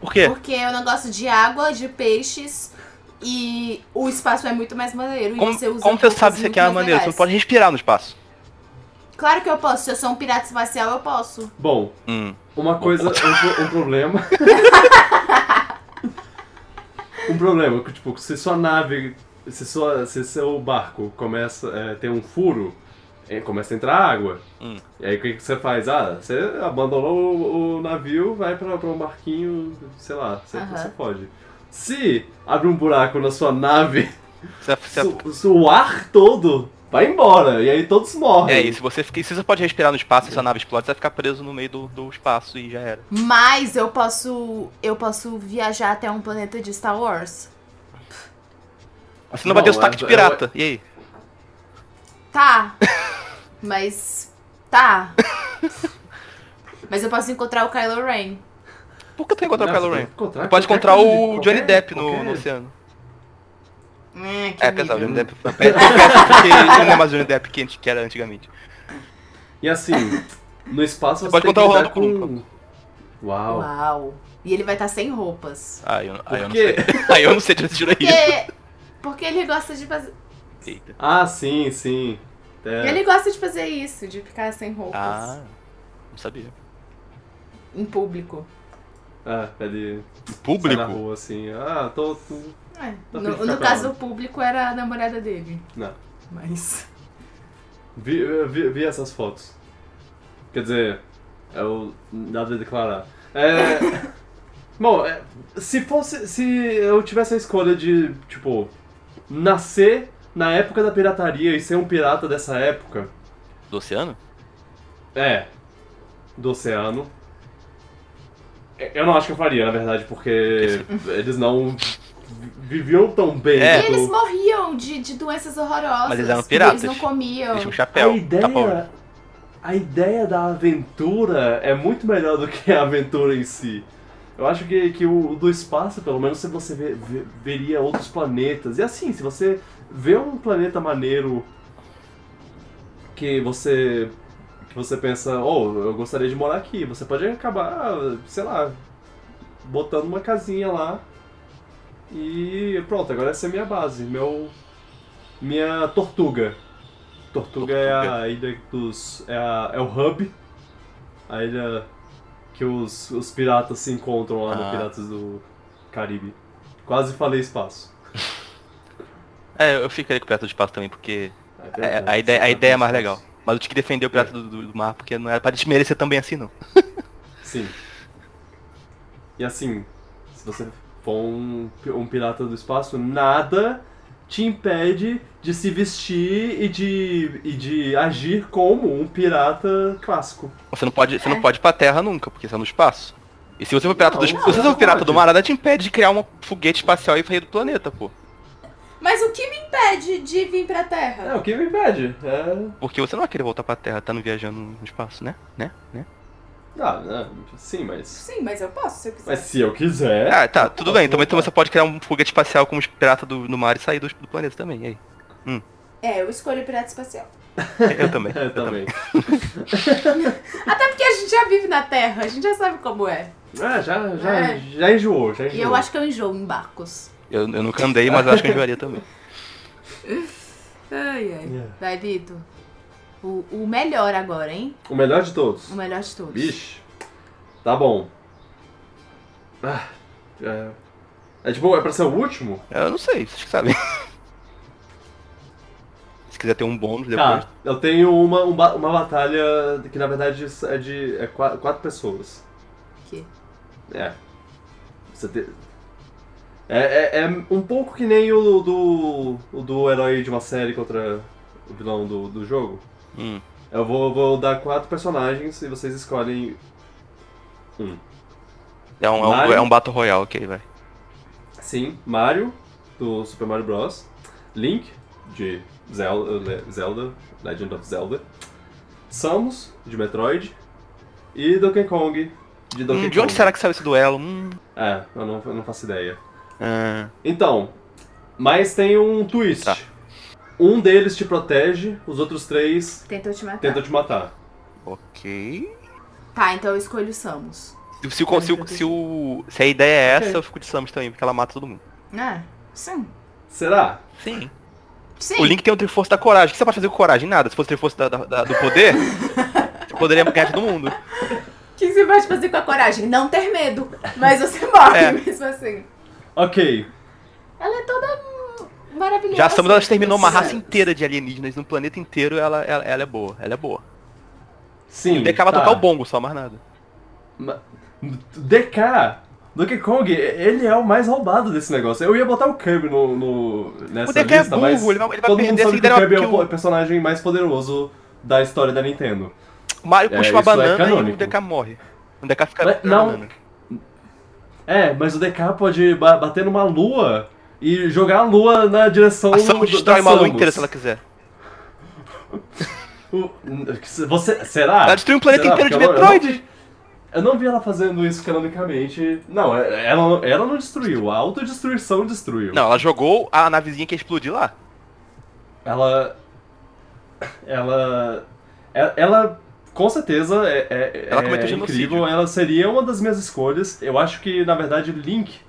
B: Por quê?
C: Porque eu não gosto de água, de peixes e o espaço é muito mais maneiro. e
B: Como
C: você usa
B: como você
C: roupas
B: sabe se
C: muito
B: você quer uma
C: mais
B: maneira? Você não
C: legais.
B: pode respirar no espaço.
C: Claro que eu posso, se eu sou um pirata espacial, eu posso.
A: Bom,
B: Hum.
A: uma coisa. Um, pro- um problema. um problema, que, tipo, se sua nave. Se, sua, se seu barco começa. É, tem um furo, é, começa a entrar água.
B: Hum.
A: E aí o que, que você faz? Ah, você abandonou o, o navio, vai pra, pra um barquinho, sei lá, você,
C: Aham.
A: você pode. Se abre um buraco na sua nave,
B: Você- você-
A: su- su- o ar todo vai embora. E aí todos morrem.
B: É, e se você, fica- se você pode respirar no espaço e sua nave explode, você vai ficar preso no meio do, do espaço e já era.
C: Mas eu posso. Eu posso viajar até um planeta de Star Wars.
B: Você não vai ter o
A: Bom,
B: sotaque de
A: é-
B: pirata. E aí?
C: Tá. Mas. Tá. Mas eu posso encontrar o Kylo Ren.
B: Por que tu encontrar o
A: Não,
B: Kylo
A: você tem
B: Ren?
A: que encontrar
B: Você pode
A: qualquer
B: encontrar
A: coisa,
B: o
A: qualquer-
B: Johnny Depp no,
A: qualquer- tipo
B: no oceano.
C: Hum, que
B: É, apesar, o
C: nível.
B: Johnny Depp foi péssimo porque ele não é mais o Johnny Depp que a gente- que era antigamente.
A: E assim, no espaço você,
B: pode
A: tem
B: contar o
A: que lidar
B: Ronaldo Colum,
A: com... Uau.
C: Uau. E ele vai estar sem roupas.
B: Ah, eu, ah, eu
A: Por
B: não sei.
A: quê?
B: Ah, eu não sei de onde tirou isso.
C: Porque. Porque ele gosta de fazer.
B: Eita.
A: Ah, sim, sim. É,
C: Ele gosta de fazer isso, de ficar sem roupas.
B: Ah, não sabia.
C: Em público.
A: ah, ele sai na
B: Público?
A: rua assim. Ah, tô... tô-
C: É,
A: Tá
C: no
A: feliz
C: no
A: pra
C: caso
A: caramba.
C: público era a namorada dele.
A: Não.
C: Mas.
A: Vi, vi, vi essas fotos. Quer dizer, eu... Nada a declarar. É... Bom, é, se fosse... Se eu tivesse a escolha de, tipo, nascer na época da pirataria e ser um pirata dessa época...
B: Do oceano?
A: É. Do oceano. É, Eu não acho que eu faria, na verdade, porque eles não vi- viviam tão bem.
B: É.
C: E eles
A: quanto-
C: morriam de, de doenças horrorosas.
B: Mas eles eram
C: porque
B: piratas.
C: Eles não comiam.
B: Deixa um
A: a
B: chapéu. Tá
A: ideia, a ideia da aventura é muito melhor do que a aventura em si. Eu acho que, que o, o do espaço, pelo menos, se você vê- vê- veria outros planetas. E assim, se você vê um planeta maneiro que você que você pensa, oh, eu gostaria de morar aqui, você pode acabar, sei lá, botando uma casinha lá e pronto, agora essa é a minha base, meu minha tortuga. Tortuga, é a ilha dos é, a- é o hub, a ilha que os, os piratas se encontram lá
B: Ah.
A: no Piratas do Caribe. Quase falei espaço.
B: É, eu ficaria com o pirata do espaço também, porque é,
A: verdade, É.
B: a, ideia, a
A: pirata
B: ideia é
A: do
B: mais
A: espaço.
B: legal. Mas eu tinha que defender o pirata do, do- do mar, porque não era pra desmerecer também assim, não.
A: Sim. E assim, se você for um, um pirata do espaço, nada te impede de se vestir e de, e de agir como um pirata clássico.
B: Você não pode, você não pode ir pra terra nunca, porque você é no espaço. E se você for pirata,
A: Não,
B: do,
A: não,
B: se você
A: não
B: for pirata do
A: pode.
B: mar, nada te impede de criar um foguete espacial e sair do planeta, pô.
C: Mas o que me impede de vir pra Terra?
A: É, o que me impede? É...
B: Porque você não vai querer voltar pra terra, tá no viajando no espaço, né? Né? Né?
A: Ah, é, sim, mas...
C: Sim, mas eu posso se eu quiser.
A: Mas se eu quiser...
B: Ah, tá, tudo
A: posso
B: bem. Então, então
A: É, voltar.
B: você pode criar um foguete espacial como os pirata do, do mar e sair do, do planeta também. E aí?
C: É, eu escolho pirata espacial.
B: Eu também.
A: É, também.
C: Até porque a gente já vive na Terra, a gente já sabe como é.
A: É, já, já,
C: É.
A: já enjoou, já enjoou.
C: E eu acho que eu enjoo em barcos.
B: Eu, eu nunca andei, mas eu acho que eu enjoaria também.
C: Ai, ai.
B: É.
A: Yeah.
C: Vai, Vitor. O, o melhor agora, hein?
A: O melhor de todos.
C: O melhor de todos.
A: Vixe. Tá bom. Ah, é... é tipo, é pra ser o último?
B: Eu não sei, vocês que sabem. Se quiser ter um bônus depois.
A: Tá, eu tenho uma, um ba- uma batalha que na verdade é de é qua- quatro pessoas.
C: Que?
A: É. Você te- é, é, é um pouco que nem o do, o do herói de uma série contra o vilão do, do jogo.
B: Hum.
A: Eu vou, vou dar quatro personagens e vocês escolhem.
B: É um, é um,
A: Mario?
B: é um Battle Royale, ok, vai.
A: Sim, Mario, do Super Mario Bros. Link, de Zelda, Zelda Legend of Zelda. Samus, de Metroid. E Donkey Kong, de Donkey
B: Hum,
A: Kong.
B: de onde será que saiu esse duelo? Hum.
A: É, eu não, eu não faço ideia.
B: Ah,
A: Então, mas tem um twist.
B: Tá.
A: Um deles te protege, os outros três
C: Tentou te matar.
A: tentam te matar.
B: ok.
C: Tá, então eu escolho o Samus.
B: Se, se, o- se, o- se, o- se a ideia é essa, eu fico de Samus também, porque ela mata todo mundo.
C: Ah, sim.
A: Será?
B: Sim.
C: Sim.
B: O Link tem o Triforce da Coragem. O que você pode fazer com coragem? Nada. Se fosse o Triforce da, da- da- do Poder, você poderia ganhar todo mundo.
C: O que você pode fazer com a coragem? Não ter medo. Mas você morre
B: É.
C: mesmo assim.
A: Ok.
C: Ela é toda hum, maravilhosa.
B: Já a Samus, ela exterminou uma raça
C: Sim.
B: inteira de alienígenas no planeta inteiro. Ela, ela, ela é boa. Ela é boa.
A: Sim.
B: Ele acaba
A: tá.
B: tocar o bongo, só mais nada.
A: Ma- DK, Donkey Kong, ele é o mais roubado desse negócio. Eu ia botar o Kirby no, no- nessa
B: O DK é
A: lista,
B: burro,
A: mas
B: ele vai- ele vai
A: todo mundo
B: perder
A: sabe
B: essa
A: que o
B: ideia
A: Kirby é o
B: porque
A: po-
B: o-
A: personagem mais poderoso da história da Nintendo.
B: O Mario
A: É,
B: puxa uma
A: isso é
B: banana e o
A: canônico.
B: DK morre. O DK fica
A: Mas-
B: na
A: não.
B: banana.
A: É, mas o DK pode ba- bater numa lua e jogar a lua na direção
B: A Samus
A: do-
B: destrói
A: da
B: uma lua
A: Samus.
B: inteira se ela quiser.
A: O- Você, será?
B: Ela destruiu um planeta
A: Será?
B: inteiro de
A: Porque eu não-
B: Metroid.
A: Eu não vi ela fazendo isso canonicamente. Não, é, ela, ela não destruiu. A autodestruição destruiu.
B: Não, ela jogou a navezinha que ia explodir lá.
A: Ela. Ela. e- Ela, com certeza, é, é,
B: Ela
A: é
B: cometeu genocídio.
A: incrível. Ela seria uma das minhas escolhas. Eu acho que, na verdade, Link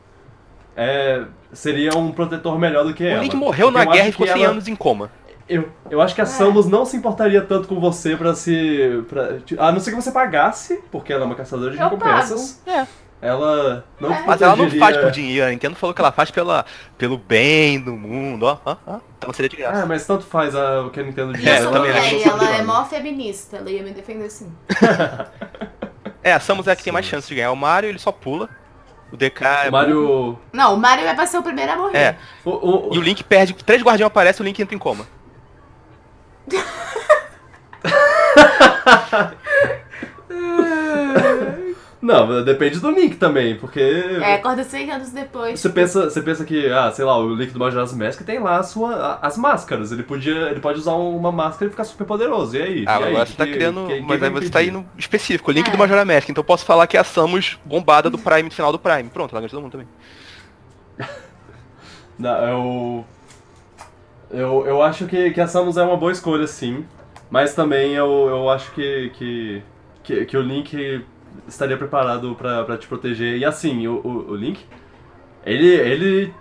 A: é, seria um protetor melhor do que ela.
B: o Link morreu
A: Porque eu
B: na
A: acho
B: guerra e
A: que
B: ficou 100
A: ela-
B: anos em coma.
A: Eu, eu
C: É.
A: acho que a Samus não se importaria tanto com você pra se. Pra, a não ser que você pagasse, porque ela é uma caçadora de
C: Eu
A: recompensas.
B: É.
A: Ela não
C: É.
B: Mas ela não faz por
A: protegeria-
B: dinheiro. A Nintendo falou que ela faz pela, pelo bem do mundo. Ó, ó, ó. Então seria de graça.
A: Ah, mas tanto faz a, o que a Nintendo diz.
C: E eu
B: É, eu
C: sou
B: também acho
C: mulher
B: que
C: e
B: eu sou
C: ela é
B: jogo.
C: mó feminista. Ela ia me defender assim.
A: Ah.
B: É, a Samus é a que tem mais chance de ganhar. O Mario, ele só pula. O DK é
A: O Mario.
C: Não, o Mario vai ser o primeiro a morrer.
B: É.
A: O, o-
B: E o Link perde, três guardiões aparecem, o Link entra em coma.
A: Não, depende do Link também, porque.
C: É, acorda 100 anos depois.
A: Você pensa, você pensa que, ah, sei lá, o Link do Majora's Mask tem lá a sua, a- as máscaras. Ele podia, ele pode usar uma máscara e ficar super poderoso. E aí?
B: Ah,
A: E aí?
B: agora você tá
A: Que-
B: criando.
A: que-
B: mas
A: quem
B: aí
A: vai
B: você tá
A: impedir?
B: indo específico. O Link
C: É.
B: do Majora Mask. Então eu posso falar que é a Samus bombada do Prime no final do Prime. Pronto, ela ganha todo mundo também.
A: Não, eu, é eu. Eu acho que, que a Samus é uma boa escolha, sim. Mas também eu, eu acho que, que, que, que o Link estaria preparado pra, pra te proteger. E assim, o, o, o Link, ele. ele.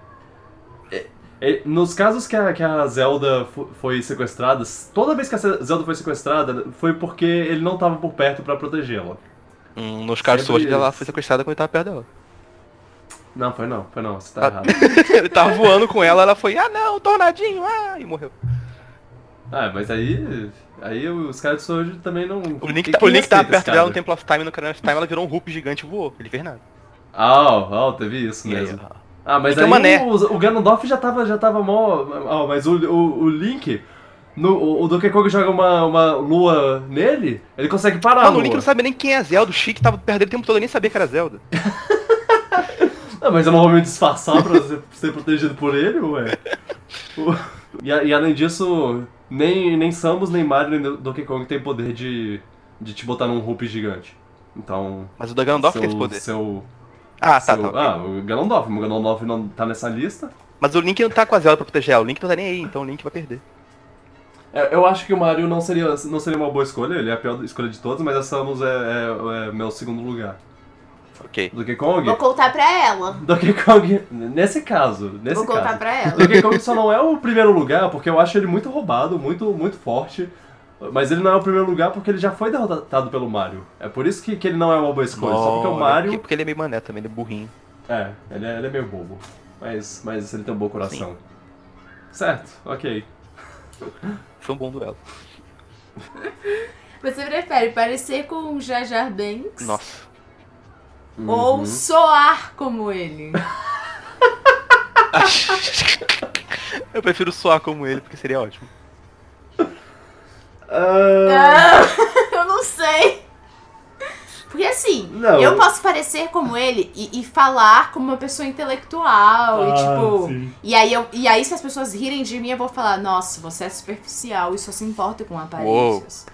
A: é- é- nos casos que a, que a Zelda fo- foi sequestrada, toda vez que a Ce- Zelda foi sequestrada, foi porque ele não tava por perto pra protegê-la.
B: Hum, nos casos
A: Sempre-
B: hoje ela foi sequestrada quando ele tava perto dela.
A: Não, foi não, foi não, você tá errado.
B: ele tava voando com ela, ela foi, ah não, tornadinho, ah, e morreu.
A: Ah, mas aí. Aí os caras de Sword também não.
B: O Link,
A: quem-
B: tá, o
A: quem
B: Link
A: respeita
B: tava
A: esse
B: perto dela no
A: cara?
B: Temple of Time, no Canal of Time, ela virou um Hulk gigante e voou. Ele fez nada.
A: Ah, ó, ó, teve isso
B: E aí,
A: mesmo.
B: ó.
A: Ah, mas
B: Então,
A: aí
B: mané.
A: o, o Ganondorf já tava, já tava mó. ó, mas o, o, o Link. No, o, o Donkey Kong joga uma, uma lua nele, ele consegue parar a
B: Mano,
A: lua.
B: o Link não sabia nem quem é Zelda, o Chique tava perto dele o tempo todo, ele nem sabia que era Zelda.
A: Ah, mas eu não vou me disfarçar pra ser, ser protegido por ele, ué. O- e, a- e além disso, nem, nem Samus, nem Mario, nem Donkey Kong tem poder de, de te botar num Hoop gigante. Então.
B: Mas o da Ganondorf
A: seu,
B: tem esse poder.
A: Seu,
B: Ah, tá,
A: seu-
B: tá. ok.
A: Ah, o Ganondorf. O Ganondorf não tá nessa lista.
B: Mas o Link não tá com a Zelda pra proteger ela, o Link não tá nem aí, então o Link vai perder.
A: É, Eu acho que o Mario não seria, não seria uma boa escolha, ele é a pior escolha de todos, mas a Samus é, é- é meu segundo lugar.
B: Ok.
A: Donkey Kong?
C: Vou contar pra ela.
A: Donkey Kong, nesse caso, nesse
C: Vou
A: caso.
C: contar pra ela.
A: Donkey Kong só não é o primeiro lugar, porque eu acho ele muito roubado, muito, muito forte, mas ele não é o primeiro lugar porque ele já foi derrotado pelo Mario. É por isso que, que ele não é uma boa escolha, só porque o
B: Olha,
A: Mario...
B: porque- Porque ele é meio mané também, ele é burrinho.
A: É, ele é, ele é meio bobo, mas, mas ele tem um bom coração. Certo, ok.
B: Foi um bom duelo.
C: Você prefere parecer com o Jar Jar Banks
B: Nossa.
C: ou
A: Uhum.
C: soar como ele?
B: Eu prefiro soar como ele, porque seria ótimo.
A: Ah,
C: Ah, eu não sei. Porque assim, assim,
A: Não.
C: eu posso parecer como ele e, e falar como uma pessoa intelectual
A: Ah,
C: e tipo.
D: sim.
C: E aí, eu, e aí, se as pessoas rirem de mim, eu vou falar, nossa, você é superficial e só se importa com aparências.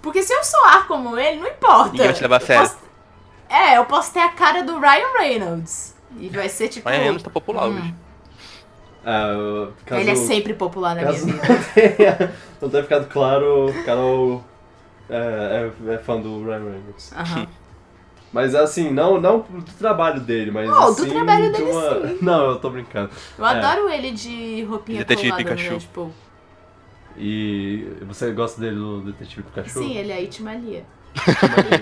C: Porque se eu soar como ele, não importa.
B: Ninguém vai te levar a
C: Eu
B: sério.
C: posso- É, eu posso ter a cara do Ryan Reynolds. E vai ser tipo.
B: Mas menos tá popular
C: Hum.
B: hoje.
A: Ah, eu- caso,
C: Ele é sempre popular na
A: caso
C: minha
A: não
C: vida.
A: tenha, não tenha ficado claro, Carol é, é- é fã do Ryan Reynolds.
C: Aham.
A: Mas assim, não, não do trabalho dele, mas
C: Oh, do
A: assim,
C: trabalho
A: de
C: dele,
A: uma... Não, eu tô brincando.
C: Eu
A: É.
C: adoro ele de roupinha
B: Detetive
C: colada, né?
B: Pikachu.
C: Tipo,
A: E você gosta dele do Detetive Pikachu?
C: sim, ele é Itmalia.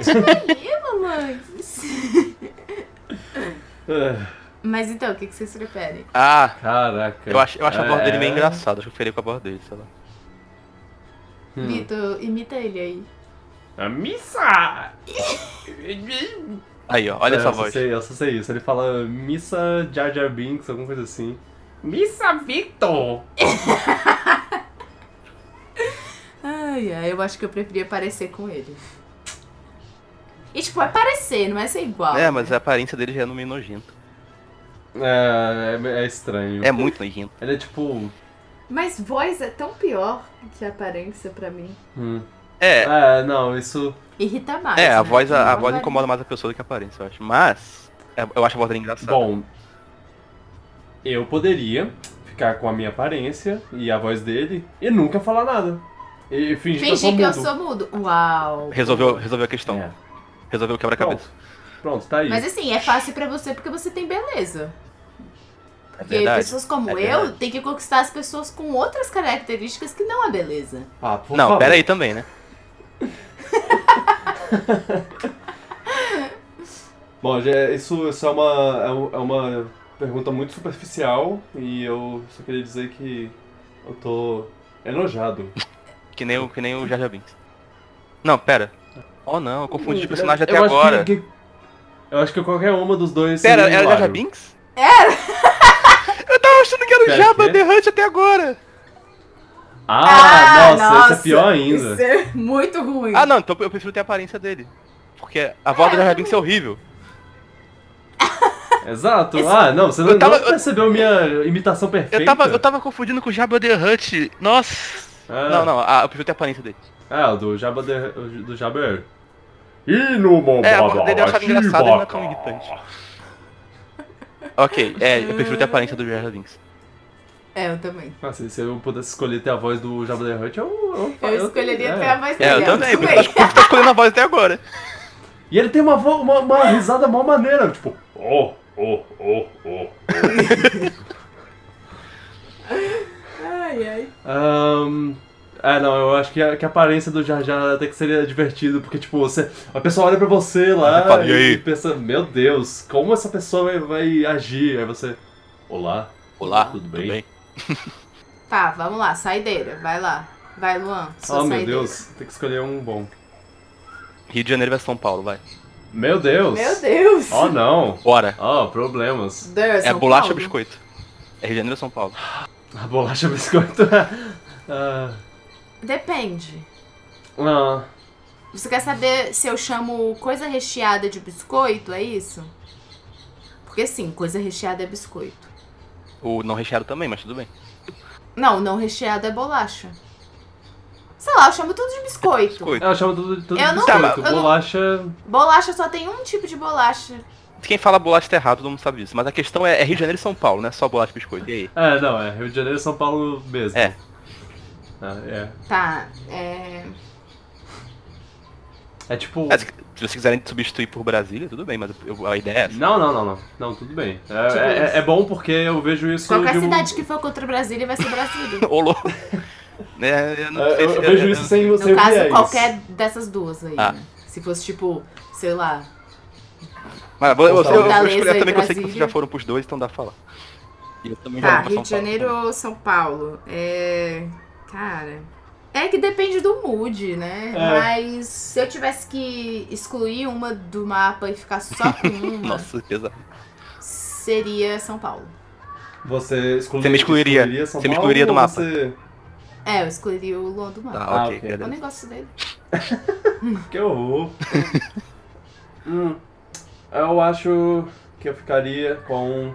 C: Itmalia, mamãe.
A: Ah,
C: Mas então, o que que vocês preferem?
B: Ah,
A: Caraca.
B: eu acho, eu acho a voz
A: É-
B: dele meio engraçada. Acho que eu ferei com a voz dele, sei lá.
A: Hum.
C: Vitor, imita ele aí.
A: A É, missa!
B: Aí, ó, olha
A: É,
B: essa
A: eu só
B: voz.
A: Sei, eu só sei isso. Ele fala missa Jar Jar Binks, alguma coisa assim. Missa Victor!
C: Ai, ai, eu acho que eu preferia parecer com ele. E tipo, é parecer, não é ser igual.
B: É, mas a aparência dele já é no meio nojento.
A: É, é, é estranho.
B: É muito nojento.
A: Ele é tipo.
C: Mas voz é tão pior que aparência pra mim.
A: hum.
B: É,
A: É, não, isso.
C: Irrita mais.
B: é, a
C: né?
B: voz, a, a
C: Não
B: voz
C: vai-
B: incomoda mais a pessoa do que a aparência, eu acho. Mas, é, eu acho a voz dele engraçada.
A: Bom, eu poderia ficar com a minha aparência e a voz dele e nunca falar nada. E fingir que eu sou
C: Fingir que eu
A: mudo.
C: sou mudo. Uau.
B: resolveu, resolveu a questão.
A: É.
B: Resolveu o quebra-cabeça.
A: Pronto, tá aí.
C: Mas assim, é fácil pra você porque você tem beleza.
B: É
C: E
B: verdade.
C: pessoas como
B: é
C: eu
B: verdade.
C: têm que conquistar as pessoas com outras características que não a beleza.
A: Ah, por
B: Não,
A: favor.
B: pera aí também, né?
A: Bom, já- isso, isso é, uma, é um- é uma pergunta muito superficial e eu só queria dizer que eu tô enojado.
B: Que nem o, que nem o Jar Jar Binks. Não, pera. Oh não, eu confundi os personagens
A: Eu
B: até
A: acho
B: agora.
A: que- que- eu acho que qualquer uma dos dois.
B: Pera,
A: seria
B: era o Jar Jar
A: hilário.
B: Binks? Era! eu tava achando que era o
A: Pera,
B: Jabba
A: quê?
B: The Hutt até agora.
A: Ah, nossa, isso é pior ainda.
C: Isso é muito ruim.
B: Ah não, então eu prefiro ter a aparência dele. Porque a voz do Jar Jar Binks é horrível.
A: Exato. Ah, não, você
B: Eu
A: não,
B: tava-
A: não percebeu minha imitação perfeita?
B: Eu tava, eu tava confundindo com o Jabba The Hutt. Nossa.
A: Ah.
B: Não, não, ah, eu prefiro ter a aparência dele.
A: Ah, o do Jabba de, o do Jabba é. E no
B: É, a voz dele eu achava engraçada e não é tão irritante. Ok, é, eu prefiro ter a aparência do Jar Jar Binks.
C: É, eu também.
A: Nossa, Ah, se eu pudesse escolher ter a voz do Jabba the Hutt, eu, eu,
C: Eu, escolheria
A: é.
C: ter a voz dele.
B: É, eu também, porque eu tô- tô escolhendo a voz até agora.
A: E ele tem uma, vo- uma, uma risada mó maneira, tipo, oh, oh, oh, oh.
C: Ai, ai.
A: Ahn, é, não, eu acho que a, que a aparência do Jar Jar até que seria divertido, porque, tipo, você, a pessoa olha pra você lá
B: Ah, fala, e aí?
A: pensa, meu Deus, como essa pessoa vai, vai agir? Aí você, olá.
B: Olá,
A: Tudo
B: tudo
A: bem?
B: bem?
C: Tá, vamos lá, saideira. Vai lá. Vai, Luan.
A: oh,
C: Sua
A: meu
C: saideira.
A: Deus, tem que escolher um bom.
B: Rio de Janeiro vai São Paulo, vai.
A: Meu Deus.
C: Meu Deus.
A: Oh, não.
B: Bora.
A: Oh, problemas.
C: Deus,
B: é
C: São
B: bolacha ou
C: Paulo.
B: biscoito? É Rio de Janeiro ou São Paulo?
A: A bolacha biscoito. ah,
C: Depende.
A: ah,
C: Você quer saber se eu chamo coisa recheada de biscoito? É isso? Porque sim, coisa recheada é biscoito.
B: O não recheado também, mas tudo bem.
C: Não, não recheada é bolacha. Sei lá, eu chamo tudo de biscoito.
B: Biscoito.
A: ela chama tudo, tudo
C: Eu
A: de
C: não-
A: biscoito.
C: eu não-
A: Bolacha.
C: Bolacha só tem um tipo de bolacha.
B: Quem fala bolacha tá errado, todo mundo sabe disso. Mas a questão é, é Rio de Janeiro e São Paulo, não é só bolacha e biscoito. E aí?
A: É, não, é Rio de Janeiro e São Paulo mesmo.
B: É.
A: Ah, é.
C: Tá, é.
A: É tipo.
B: É, se, se vocês quiserem substituir por Brasília, tudo bem, mas eu- a ideia é essa.
A: Não, não, não, não. Não, tudo bem. É,
C: Tipo
A: é-
C: isso.
A: é bom porque eu vejo isso.
C: Qualquer
A: de um-
C: cidade que for contra Brasília vai ser Brasília.
B: Ô, louco. É, eu não
A: É,
B: sei
A: eu,
B: se...
A: eu vejo isso sem, sem
C: No caso,
A: viés.
C: qualquer dessas duas aí.
B: Ah.
C: né? Se fosse tipo, sei lá.
B: Mas eu, eu, eu, eu, vou
C: Fortaleza
B: escolher
C: e
B: também que eu sei que
C: Brasília.
B: vocês já foram pros dois, então dá pra falar. E eu também já
C: Tá,
B: vou Então, um pra
C: Rio de
B: São Paulo. então.
C: Janeiro ou São Paulo? É. Cara. É que depende do mood, né?
A: É.
C: Mas se eu tivesse que excluir uma do mapa e ficar só com uma,
B: Nossa, pesado.
C: seria São Paulo.
A: Você excluiria.
B: Você me excluiria.
A: São
B: Você
A: Paulo
B: me excluiria do
A: ou
B: mapa.
A: Você...
C: É, eu excluiria o Luan do mapa. É um
B: Tá,
A: Ah,
B: ok.
A: ok.
C: O
B: beleza.
C: negócio dele.
A: Que horror. Hum, eu acho que eu ficaria com.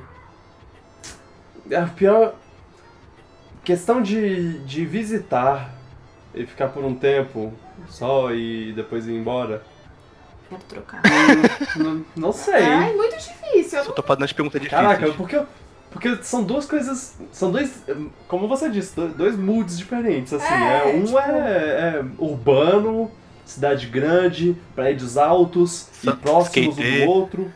A: A pior. Questão de, de visitar e ficar por um tempo só e depois ir embora.
C: Quero trocar.
A: Hum, não, não sei.
C: Ai, muito difícil.
B: Só tô fazendo as perguntas difíceis.
A: Caraca, porque, porque são duas coisas. São dois. Como você disse, do- dois moods diferentes, assim.
C: É,
A: É, um
C: tipo-
A: é, é urbano, cidade grande, prédios altos e
B: Sa-
A: próximos um
B: skater.
A: do outro.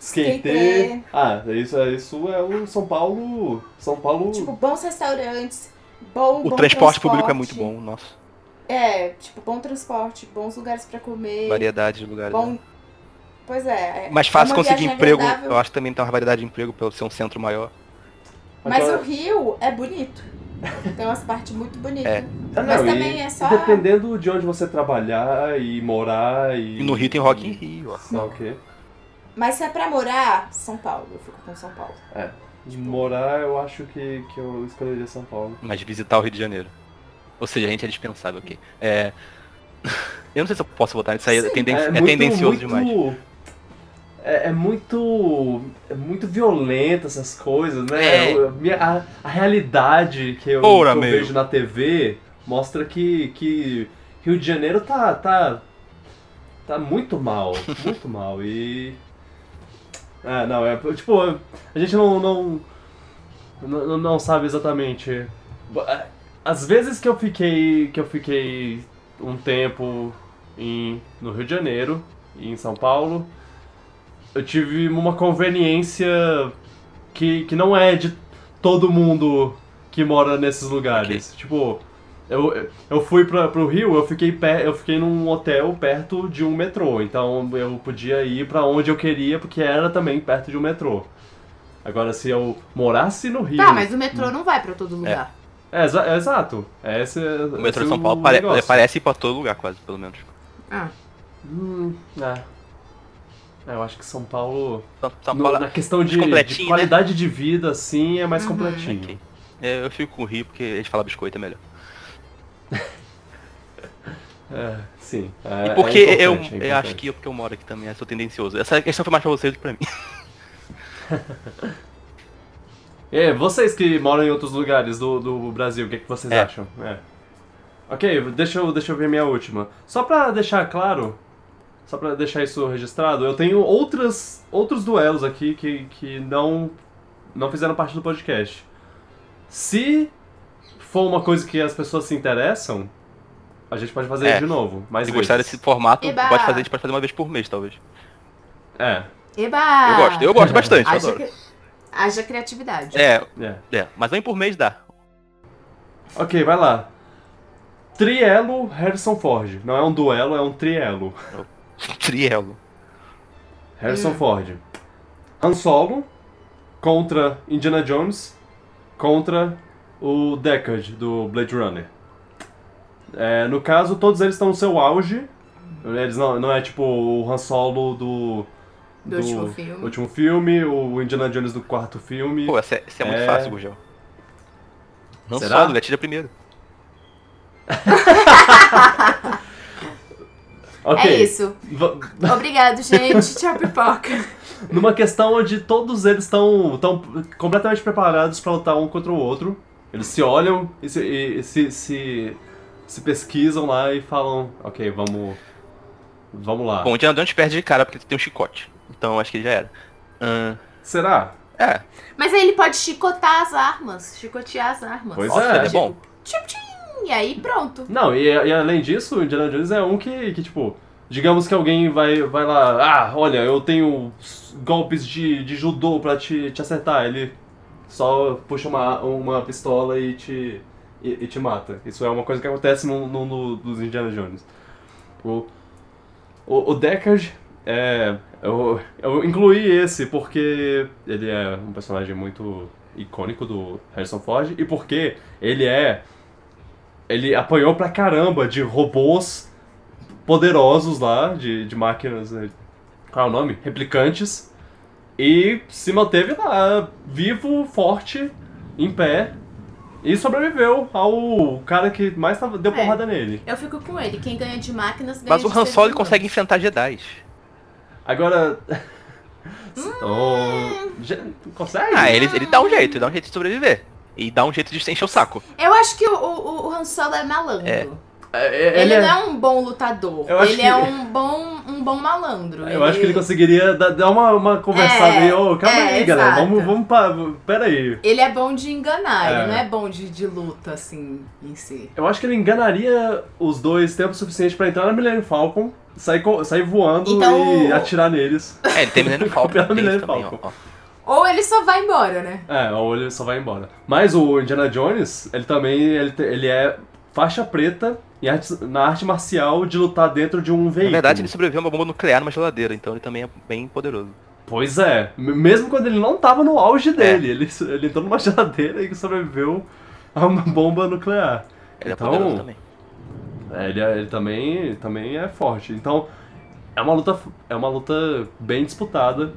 A: Skater.
C: Skater.
A: Ah, isso, isso é o São Paulo. São Paulo.
C: Tipo, bons restaurantes, bom
B: O
C: bom
B: transporte público é muito bom, nossa.
C: É, tipo, bom transporte, bons lugares pra comer.
B: Variedade de lugares. né?
C: Bom. Pois é. é
B: Mais fácil
C: uma
B: conseguir
C: viagem
B: emprego,
C: agradável.
B: eu acho que também tem uma variedade de emprego pelo ser um centro maior.
C: Mas
A: Agora-
C: o Rio é bonito. Tem umas partes muito bonitas.
B: É.
A: Ah,
C: mas
A: e-
C: também é só-
A: Dependendo de onde você trabalhar e morar e.
B: E no Rio tem Rock in Rio, ó.
A: Não, o quê?
C: Mas se é pra morar, São Paulo. Eu fico com São Paulo.
A: Morar, eu acho que, que eu escolheria São Paulo.
B: Mas visitar o Rio de Janeiro. Ou seja, a gente é dispensável aqui. É. eu não sei se eu posso votar nisso aí,
C: Sim.
B: é, tenden- é
A: muito-
B: tendencioso
A: muito-
B: demais.
A: É, é muito. É muito violenta essas coisas, né?
B: É.
A: Eu- eu- minha- a, a realidade que eu,
B: Ora,
A: que eu
B: meu.
A: vejo na TV mostra que, que Rio de Janeiro tá. tá. tá muito mal. muito mal. E. É, não, é. Tipo, a gente não. não, não, não sabe exatamente. Às vezes que eu fiquei. que eu fiquei um tempo em, no Rio de Janeiro e em São Paulo, eu tive uma conveniência que, que não é de todo mundo que mora nesses lugares. Tipo, eu, eu fui pra, pro Rio, eu fiquei, pe- eu fiquei num hotel perto de um metrô, então eu podia ir pra onde eu queria, porque era também perto de um metrô. Agora, se eu morasse no Rio.
C: Tá, mas o metrô não vai pra todo lugar.
A: É, exa- é exato. É esse,
B: O metrô de São
A: um
B: Paulo pare- parece ir pra todo lugar, quase, pelo menos.
C: Ah,
A: Hum, é. É, eu acho que São Paulo.
B: São, São
A: no-
B: Paulo.
A: na questão de,
B: Tá completinho, né?
A: de qualidade de vida, assim, é mais
C: Uhum.
A: completinho.
B: Ok. É, eu fico com o Rio porque a gente fala biscoito é melhor.
A: É, sim.
B: E
A: É,
B: porque
A: é
B: eu,
A: importante, é
B: eu acho
A: importante.
B: que eu, porque eu moro aqui também, eu sou tendencioso. Essa questão foi mais pra vocês do que pra mim.
A: É, vocês que moram em outros lugares do, do Brasil, o que, é que vocês
B: É.
A: acham? É. Ok, deixa eu, deixa eu ver minha última. Só pra deixar claro, só pra deixar isso registrado, eu tenho outras, outros duelos aqui que, que não, não fizeram parte do podcast. Se for uma coisa que as pessoas se interessam, a gente pode fazer
B: É.
A: de novo. Mas
B: Se gostar desse formato,
C: Eba!
B: pode fazer, a gente pode fazer uma vez por mês, talvez.
A: É,
C: Eba!
B: Eu gosto, eu gosto bastante, eu
C: Haja,
B: adoro.
C: cri- haja criatividade.
B: É,
A: é.
B: é, mas um por mês dá.
A: Ok, vai lá. Trielo Harrison Ford. Não é um duelo, é um trielo.
B: Trielo.
A: Harrison Ford. Han Solo contra Indiana Jones contra o Deckard do Blade Runner. É, no caso, todos eles estão no seu auge. Eles não, não é tipo o Han Solo do.
C: Do último filme.
A: último filme, o Indiana Jones do quarto filme.
B: Pô, essa, essa é muito
A: É.
B: fácil, Gurgel. Não
A: Será?
B: solo, ele atira primeiro.
A: ok.
C: É isso.
A: Va-
C: Obrigado, gente. Tchau, pipoca.
A: Numa questão onde todos eles estão estão completamente preparados pra lutar um contra o outro. Eles se olham e se, e se, se, se pesquisam lá e falam, ok, vamos. Vamos lá.
B: Bom, o Indiana Jones perde de cara porque tem um chicote. Então acho que ele já era. Ahn,
A: Será?
B: é,
C: Mas aí ele pode chicotar as armas. Chicotear as armas.
A: Pois
B: nossa,
A: é.
B: ele é bom.
C: Tchim, tchim. E aí pronto.
A: Não, e, e além disso, o Indiana Jones é um que, que tipo. Digamos que alguém vai, vai lá, ah, olha, eu tenho s- golpes de, de judô pra te, te acertar. Ele só puxa uma, uma pistola e te, e, e te mata. Isso é uma coisa que acontece no, no, no- dos Indiana Jones. O, o, o Deckard, é, eu, eu incluí esse porque ele é um personagem muito icônico do Harrison Ford e porque ele é ele apanhou pra caramba de robôs poderosos lá, de, de máquinas. né? Qual é o nome? Replicantes. E se manteve lá, vivo, forte, em pé. E sobreviveu ao cara que mais tava, deu
C: É.
A: porrada nele.
C: Eu fico com ele. Quem ganha de máquinas ganha
B: Mas o
C: de
B: Han
C: seres
B: Solo ele
C: humanos.
B: consegue enfrentar Jedi.
A: Agora.
C: Hum.
A: Oh, já- consegue?
B: Ah, ele, ele dá um jeito, ele dá um jeito de sobreviver. E dá um jeito de encher o saco.
C: Eu acho que o, o, o Han Solo é malandro.
B: É.
A: É, é-
C: Ele,
A: ele é-
C: não é um bom lutador.
A: Eu acho
C: Ele
A: que-
C: é um bom, um bom malandro.
A: Eu acho que ele conseguiria dar, dar uma, uma conversada
C: É,
A: aí. Ô, calma
C: é,
A: aí, galera.
C: exato.
A: Vamos, vamos pra. Pera aí.
C: Ele é bom de enganar,
A: É.
C: ele não é bom de, de luta, assim, em si.
A: Eu acho que ele enganaria os dois tempo suficiente pra entrar na Millennium Falcon, sair, co- sair voando
C: Então-
A: e atirar neles.
B: É, ele tem Millennium Falcon.
A: Pelo
B: tem isso
A: Millennium
B: também, ó,
A: Falcon.
B: ó.
C: Ou ele só vai embora, né?
A: É, ou ele só vai embora. Mas o Indiana Jones, ele também ele, te- ele é faixa preta em artes- na arte marcial de lutar dentro de um veículo.
B: Na É verdade, ele sobreviveu a uma bomba nuclear numa geladeira, então ele também é bem poderoso.
A: Pois é, m- mesmo quando ele não tava no
B: É.
A: auge dele, ele, ele entrou numa geladeira e sobreviveu a uma bomba nuclear.
B: Ele
A: Então-
B: é poderoso também.
A: É, ele, ele também, também é forte. Então, é uma luta, é uma luta bem disputada.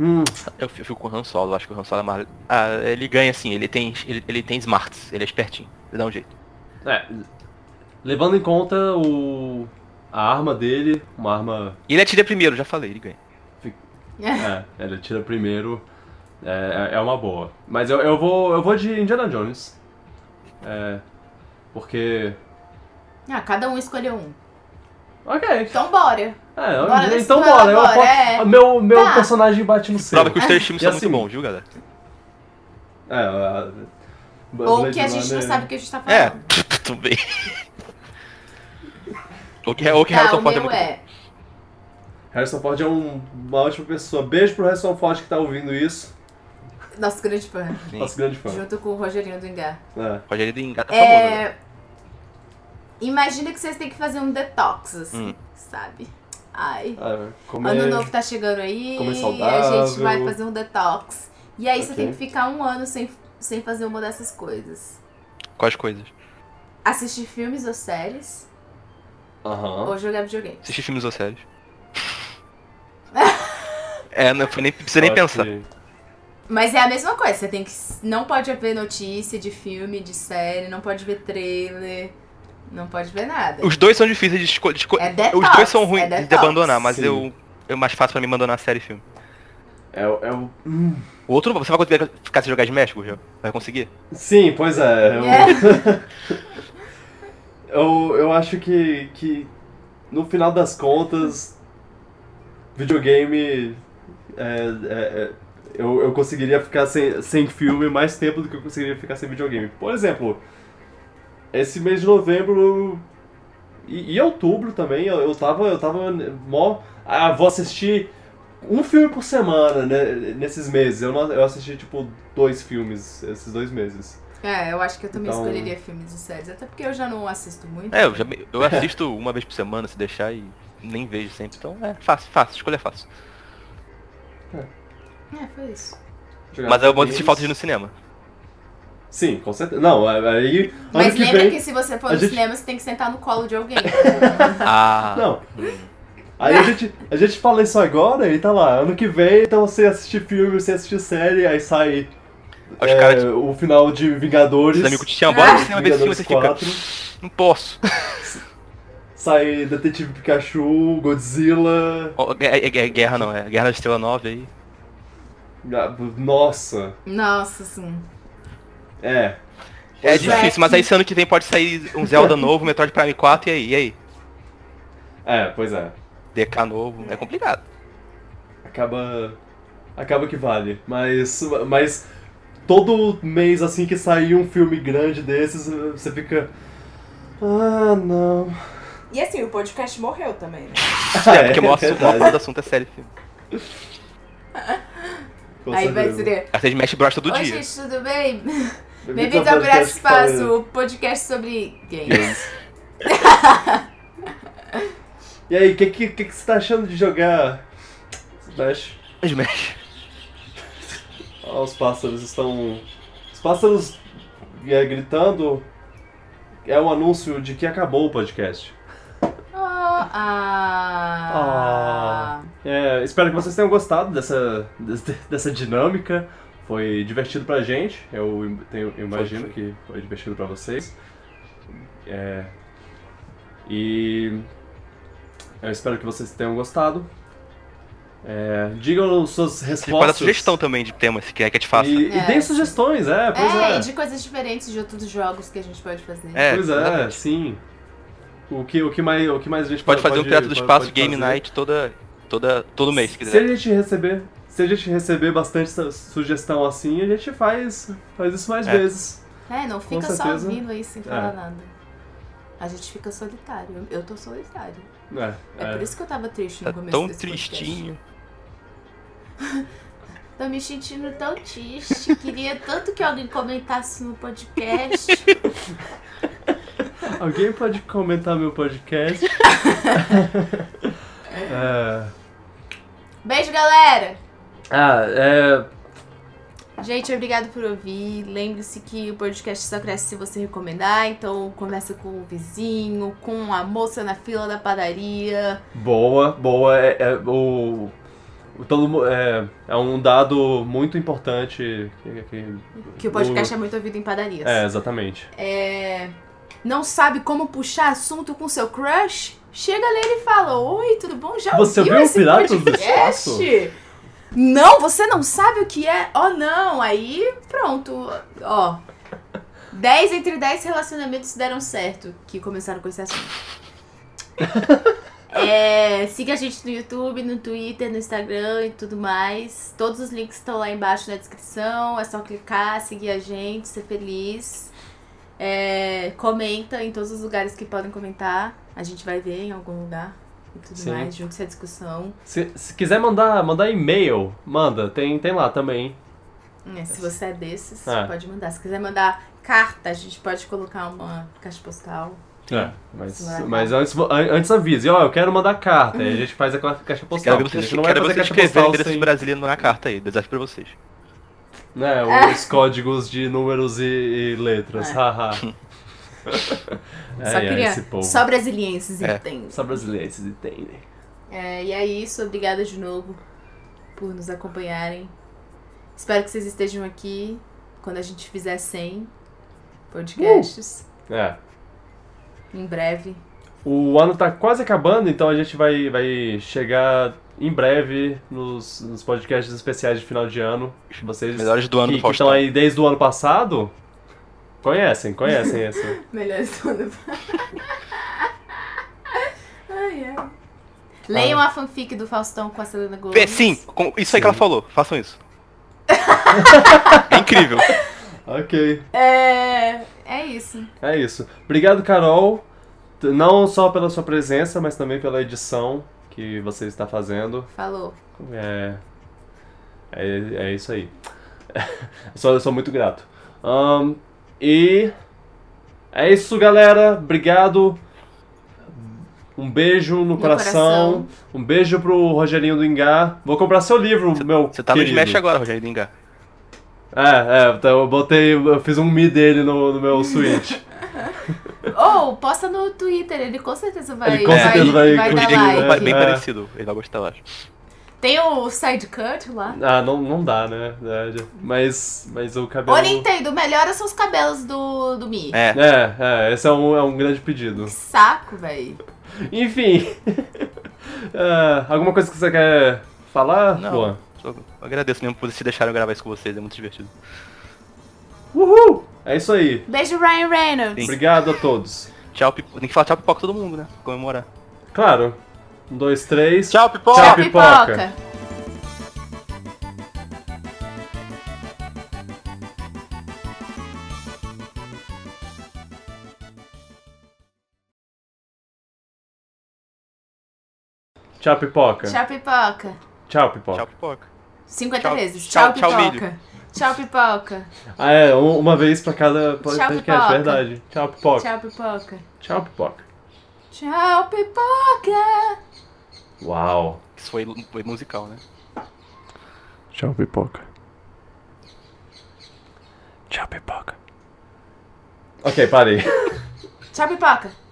A: Hum,
B: Eu fi- fico com o Han Solo, acho que o Han Solo é mais... Ah, ele ganha assim, ele tem, ele, ele tem smarts, ele é espertinho, ele dá um jeito.
A: é, levando em conta o, a arma dele, uma arma.
B: E ele atira primeiro, já falei, ele ganha.
A: É, ele atira primeiro. É, é- é uma boa. Mas eu, eu, vou, eu vou de Indiana Jones. É, porque.
C: Ah, cada um escolheu um.
A: Ok.
C: Então bora.
A: É, eu-
C: Bora,
A: então
C: vamos
A: bora, eu
C: agora,
A: aposto,
C: é.
A: meu, meu
C: Tá.
A: personagem bate no seu.
B: Prova que os três times
A: E
B: são
A: assim-
B: muito bons, viu, galera?
A: É, a-
C: Ou
A: Blade
C: que a gente não
A: Runner-
C: sabe o que a gente tá
B: É,
C: falando.
B: tudo bem. Ou que, ou que
C: Tá,
B: Harrison
C: o
B: Ford é
C: meu
B: muito
C: é.
A: Harrison Ford é um- uma ótima pessoa. Beijo pro Harrison Ford que tá ouvindo isso.
C: Nosso grande fã.
B: Sim.
A: Nosso grande fã.
C: Junto com o Rogerinho do Engar.
A: É.
B: bom. Rogério de engata famoso. né?
C: É. Imagina que vocês têm que fazer um detox, assim,
B: Hum.
C: sabe? Ai.
A: É, comer-
C: Ano novo tá chegando aí.
A: comer
C: E a gente
A: saudável.
C: vai fazer um detox. E aí você
A: Ok.
C: tem que ficar um ano sem, sem fazer uma dessas coisas.
B: Quais coisas?
C: Assistir filmes ou séries.
A: Aham.
C: Ou jogar videogame.
B: Assistir filmes ou séries? é, não foi nem, precisa nem
A: Acho
B: pensar.
A: que-
C: Mas é a mesma coisa, você tem que. Não pode ver notícia de filme, de série, não pode ver trailer, não pode ver nada.
B: Os dois são difíceis de escolher.
C: É detox.
B: Os dois são
C: é
B: ruins de
C: detox.
B: abandonar, mas
A: Sim.
B: eu, é mais fácil pra mim abandonar série e filme.
A: É, o- é o. hum.
B: O outro, você vai conseguir ficar sem jogar Smash, Gurgel? Vai conseguir?
A: Sim, pois é. Eu,
C: É.
A: eu, eu acho que, que no final das contas, videogame. é, é, é, eu, eu conseguiria ficar sem, sem filme mais tempo do que eu conseguiria ficar sem videogame. Por exemplo, esse mês de novembro e, e outubro também, eu, eu tava. Eu tava mó. Ah, vou assistir um filme por semana né, nesses meses. Eu, não- eu assisti tipo dois filmes esses dois meses.
C: É, eu acho que eu também
A: Então-
C: escolheria filmes e séries, até porque eu já não assisto muito.
B: É, eu, já, eu assisto uma vez por semana, se deixar, e nem vejo sempre. Então é fácil, fácil, escolha é fácil.
C: É, foi isso.
A: Jogar
B: Mas eu vou
A: videogames.
B: assistir falta de ir no cinema.
A: Sim, com certeza. Não, é- aí. Ano
C: Mas
A: que
C: lembra
A: vem.
C: que se você for
A: a
C: no
A: gente-
C: cinema, você tem que sentar no colo de alguém.
B: Ah,
A: Não. Aí a gente, a gente fala isso agora e tá lá. Ano que vem, então você assistir filme, você assistir série, aí sai
B: Os
A: é,
B: caras-
A: o final de Vingadores.
B: Os amigos te chamam, bora no cinema ver esse filme,
A: É, Vingadores
B: você fica.
A: 4,
B: Não posso.
A: sai Detetive Pikachu, Godzilla.
B: Ó, É, é- é guerra não, é Guerra da Estrela 9 aí.
A: Ah, Nossa.
C: Nossa, sim.
A: É.
B: É
A: Pois
B: difícil, mas aí esse ano que vem pode sair um Zelda novo, Metroid Prime 4, e aí, e aí?
A: É, pois é.
B: DK novo, é complicado.
A: acaba acaba que vale mas mas todo mês assim que sair um filme grande desses você fica ah não
C: E assim, o podcast morreu também, né?
B: é, porque mostra o maior
A: Tá, verdade.
B: parte do assunto é série e filme.
A: Com
C: Aí vai
A: certeza.
C: dizer.
B: Aí você mexe e brocha todo
C: Oi,
B: dia.
C: gente, tudo bem?
A: Bem-vindos
C: Bem-vindos ao Braço
A: podcast que fala-
C: Espaço, o podcast sobre games.
A: e aí o que, que que que você tá achando de jogar Smash
B: Smash.
A: Ó, os pássaros estão os pássaros é, gritando é um anúncio de que acabou o podcast
C: Oh, ah.
A: É, espero que vocês tenham gostado dessa, des- dessa dinâmica. Foi divertido pra gente. Eu, im- tenho- eu imagino
B: foi.
A: que foi divertido pra vocês. É, e eu espero que vocês tenham gostado. É, digam suas
B: Vocês podem dar
A: respostas.
B: Tipo, sugestão tá também de temas se quer que a gente faça.
A: E, e
C: É.
A: deem sugestões, é, pois
C: É,
A: é.
C: e de coisas diferentes de outros jogos que a gente pode fazer.
B: É,
A: pois é,
B: exatamente.
A: sim. O que, o que mais, o que mais a gente
B: Pode fazer um Teatro do
A: pode-
B: Espaço
A: pode
B: Game
A: fazer.
B: Night toda, toda, todo mês, se
A: Se
B: quiser.
A: a gente receber, se a gente receber bastante su- sugestão assim, a gente faz, faz isso mais
B: É.
A: vezes.
C: É, não fica só
A: certeza.
C: ouvindo aí sem
A: É.
C: falar nada. A gente fica solitário. Eu tô solitário.
A: É,
C: É,
A: é.
C: por isso que eu tava triste no
B: Tá
C: começo
B: tão
C: desse podcast.
B: tristinho.
C: Tô me sentindo tão triste. Queria tanto que alguém comentasse no podcast.
A: Alguém pode comentar meu podcast? É.
C: Beijo, galera!
A: Ah, é.
C: Gente, obrigado por ouvir. Lembre-se que o podcast só cresce se você recomendar. Então, conversa com o vizinho, com a moça na fila da padaria.
A: Boa, boa. É, é o. o Todo, mu- é, é um dado muito importante. Que, que-
C: Que o podcast é muito ouvido em padarias.
A: É, exatamente.
C: É, Não sabe como puxar assunto com seu crush? Chega nele e fala: Oi, tudo bom? Já
A: Você
C: ouviu
A: viu
C: esse
A: Piratas do
C: podcast? Não, você não sabe o que é? Oh, não. Aí, pronto. Ó. 10 entre 10 relacionamentos deram certo que começaram com esse assunto. É, siga a gente no YouTube, no Twitter, no Instagram e tudo mais. Todos os links estão lá embaixo na descrição. É só clicar, seguir a gente, ser feliz. É, comenta em todos os lugares que podem comentar. A gente vai ver em algum lugar e tudo
A: Sim.
C: mais. Junte-se à discussão.
A: Se, se quiser mandar, mandar e-mail, manda. Tem, tem lá também.
C: É, se você é desses,
A: É.
C: pode mandar. Se quiser mandar carta, a gente pode colocar uma caixa postal.
A: É, mas,
C: Vai.
A: mas antes, vo- an- antes avise, ó, eu quero mandar carta, aí a gente faz a cla- caixa postal.
B: Quero ver
A: porque a
B: vocês,
A: gente não vai
B: quero ver
A: fazer
B: vocês
A: caixa postal
B: escreverem endereços
A: sem
B: brasileiros na carta aí. Desafio pra vocês.
A: né, os códigos de números e, e letras,
C: É.
A: haha.
C: só
A: Ai, ai,
C: queria.
A: esse povo.
C: Só brasilienses
B: É.
C: entendem.
A: Só brasileiros vocês entendem.
C: É, e é isso. Obrigada de novo por nos acompanharem. Espero que vocês estejam aqui quando a gente fizer 100 podcasts.
A: É. Uh!
C: Em breve.
A: O ano tá quase acabando, então a gente vai, vai chegar em breve nos, nos podcasts especiais de final de ano. Vocês
B: Melhores do ano
A: que, tá
B: do
A: que estão
B: Faustão.
A: aí desde o ano passado, conhecem, conhecem essa.
C: Melhor zona.
A: Ah.
C: ai, ai. Leiam a fanfic do Faustão com a Selena Gomez.
B: É, Sim, com- isso aí
A: Sim.
B: que ela falou. Façam isso. é incrível.
A: ok.
C: É, é isso.
A: É isso. Obrigado, Carol. t- Não só pela sua presença, mas também pela edição que você está fazendo.
C: Falou.
A: É, é, é isso aí. Eu sou, eu sou muito grato. Ahn, e é isso, galera. Obrigado. Um beijo no,
C: No
A: coração.
C: coração.
A: Um beijo pro Rogerinho do Engar. Vou comprar seu livro, meu.
B: Você tá
A: querido.
B: no Smash agora, Rogério Lingar.
A: É, é. Então eu botei. Eu fiz um Mi dele no, no meu Switch.
C: Ou posta no Twitter, ele com certeza vai,
A: Ele com certeza vai
C: dar
A: curtir,
C: like.
A: vai-
B: bem
A: É.
B: parecido. Ele vai gostar, eu acho.
C: Tem o sidecut lá.
A: Ah, não, não dá, né? É, Mas, mas o
C: Ô,
A: cabelo.
C: Nintendo, melhora seus cabelos do, do Mi.
B: É.
A: É, é, esse é um, é um grande pedido.
C: Que saco, velho.
A: Enfim. Ah, alguma coisa que você quer falar?
B: Não.
A: Luan?
B: Só agradeço mesmo por se deixarem eu gravar isso com vocês, é muito divertido.
A: Uhul! É isso aí.
C: Beijo, Ryan Reynolds.
B: Sim.
A: Obrigado a todos.
B: Tchau, pipoca. Tem que falar tchau, pipoca todo mundo, né? Pra Comemorar.
A: Claro. Um, dois, três.
B: Tchau, pipoca!
A: Tchau, pipoca. Tchau, pipoca.
C: Tchau, pipoca.
A: Tchau, pipoca.
B: Tchau, pipoca.
C: 50
B: Tchau,
C: vezes. Tchau,
B: tchau, tchau,
C: pipoca. Tchau, pipoca.
A: Ah, é, um- uma vez pra cada podcast,
C: pipoca.
A: verdade. Tchau, pipoca.
C: Tchau, pipoca.
A: Tchau, pipoca.
C: Tchau, pipoca.
A: Uau.
B: Isso foi, foi musical, né?
A: Tchau, pipoca. Tchau, pipoca. Ok, parei.
C: Tchau, pipoca.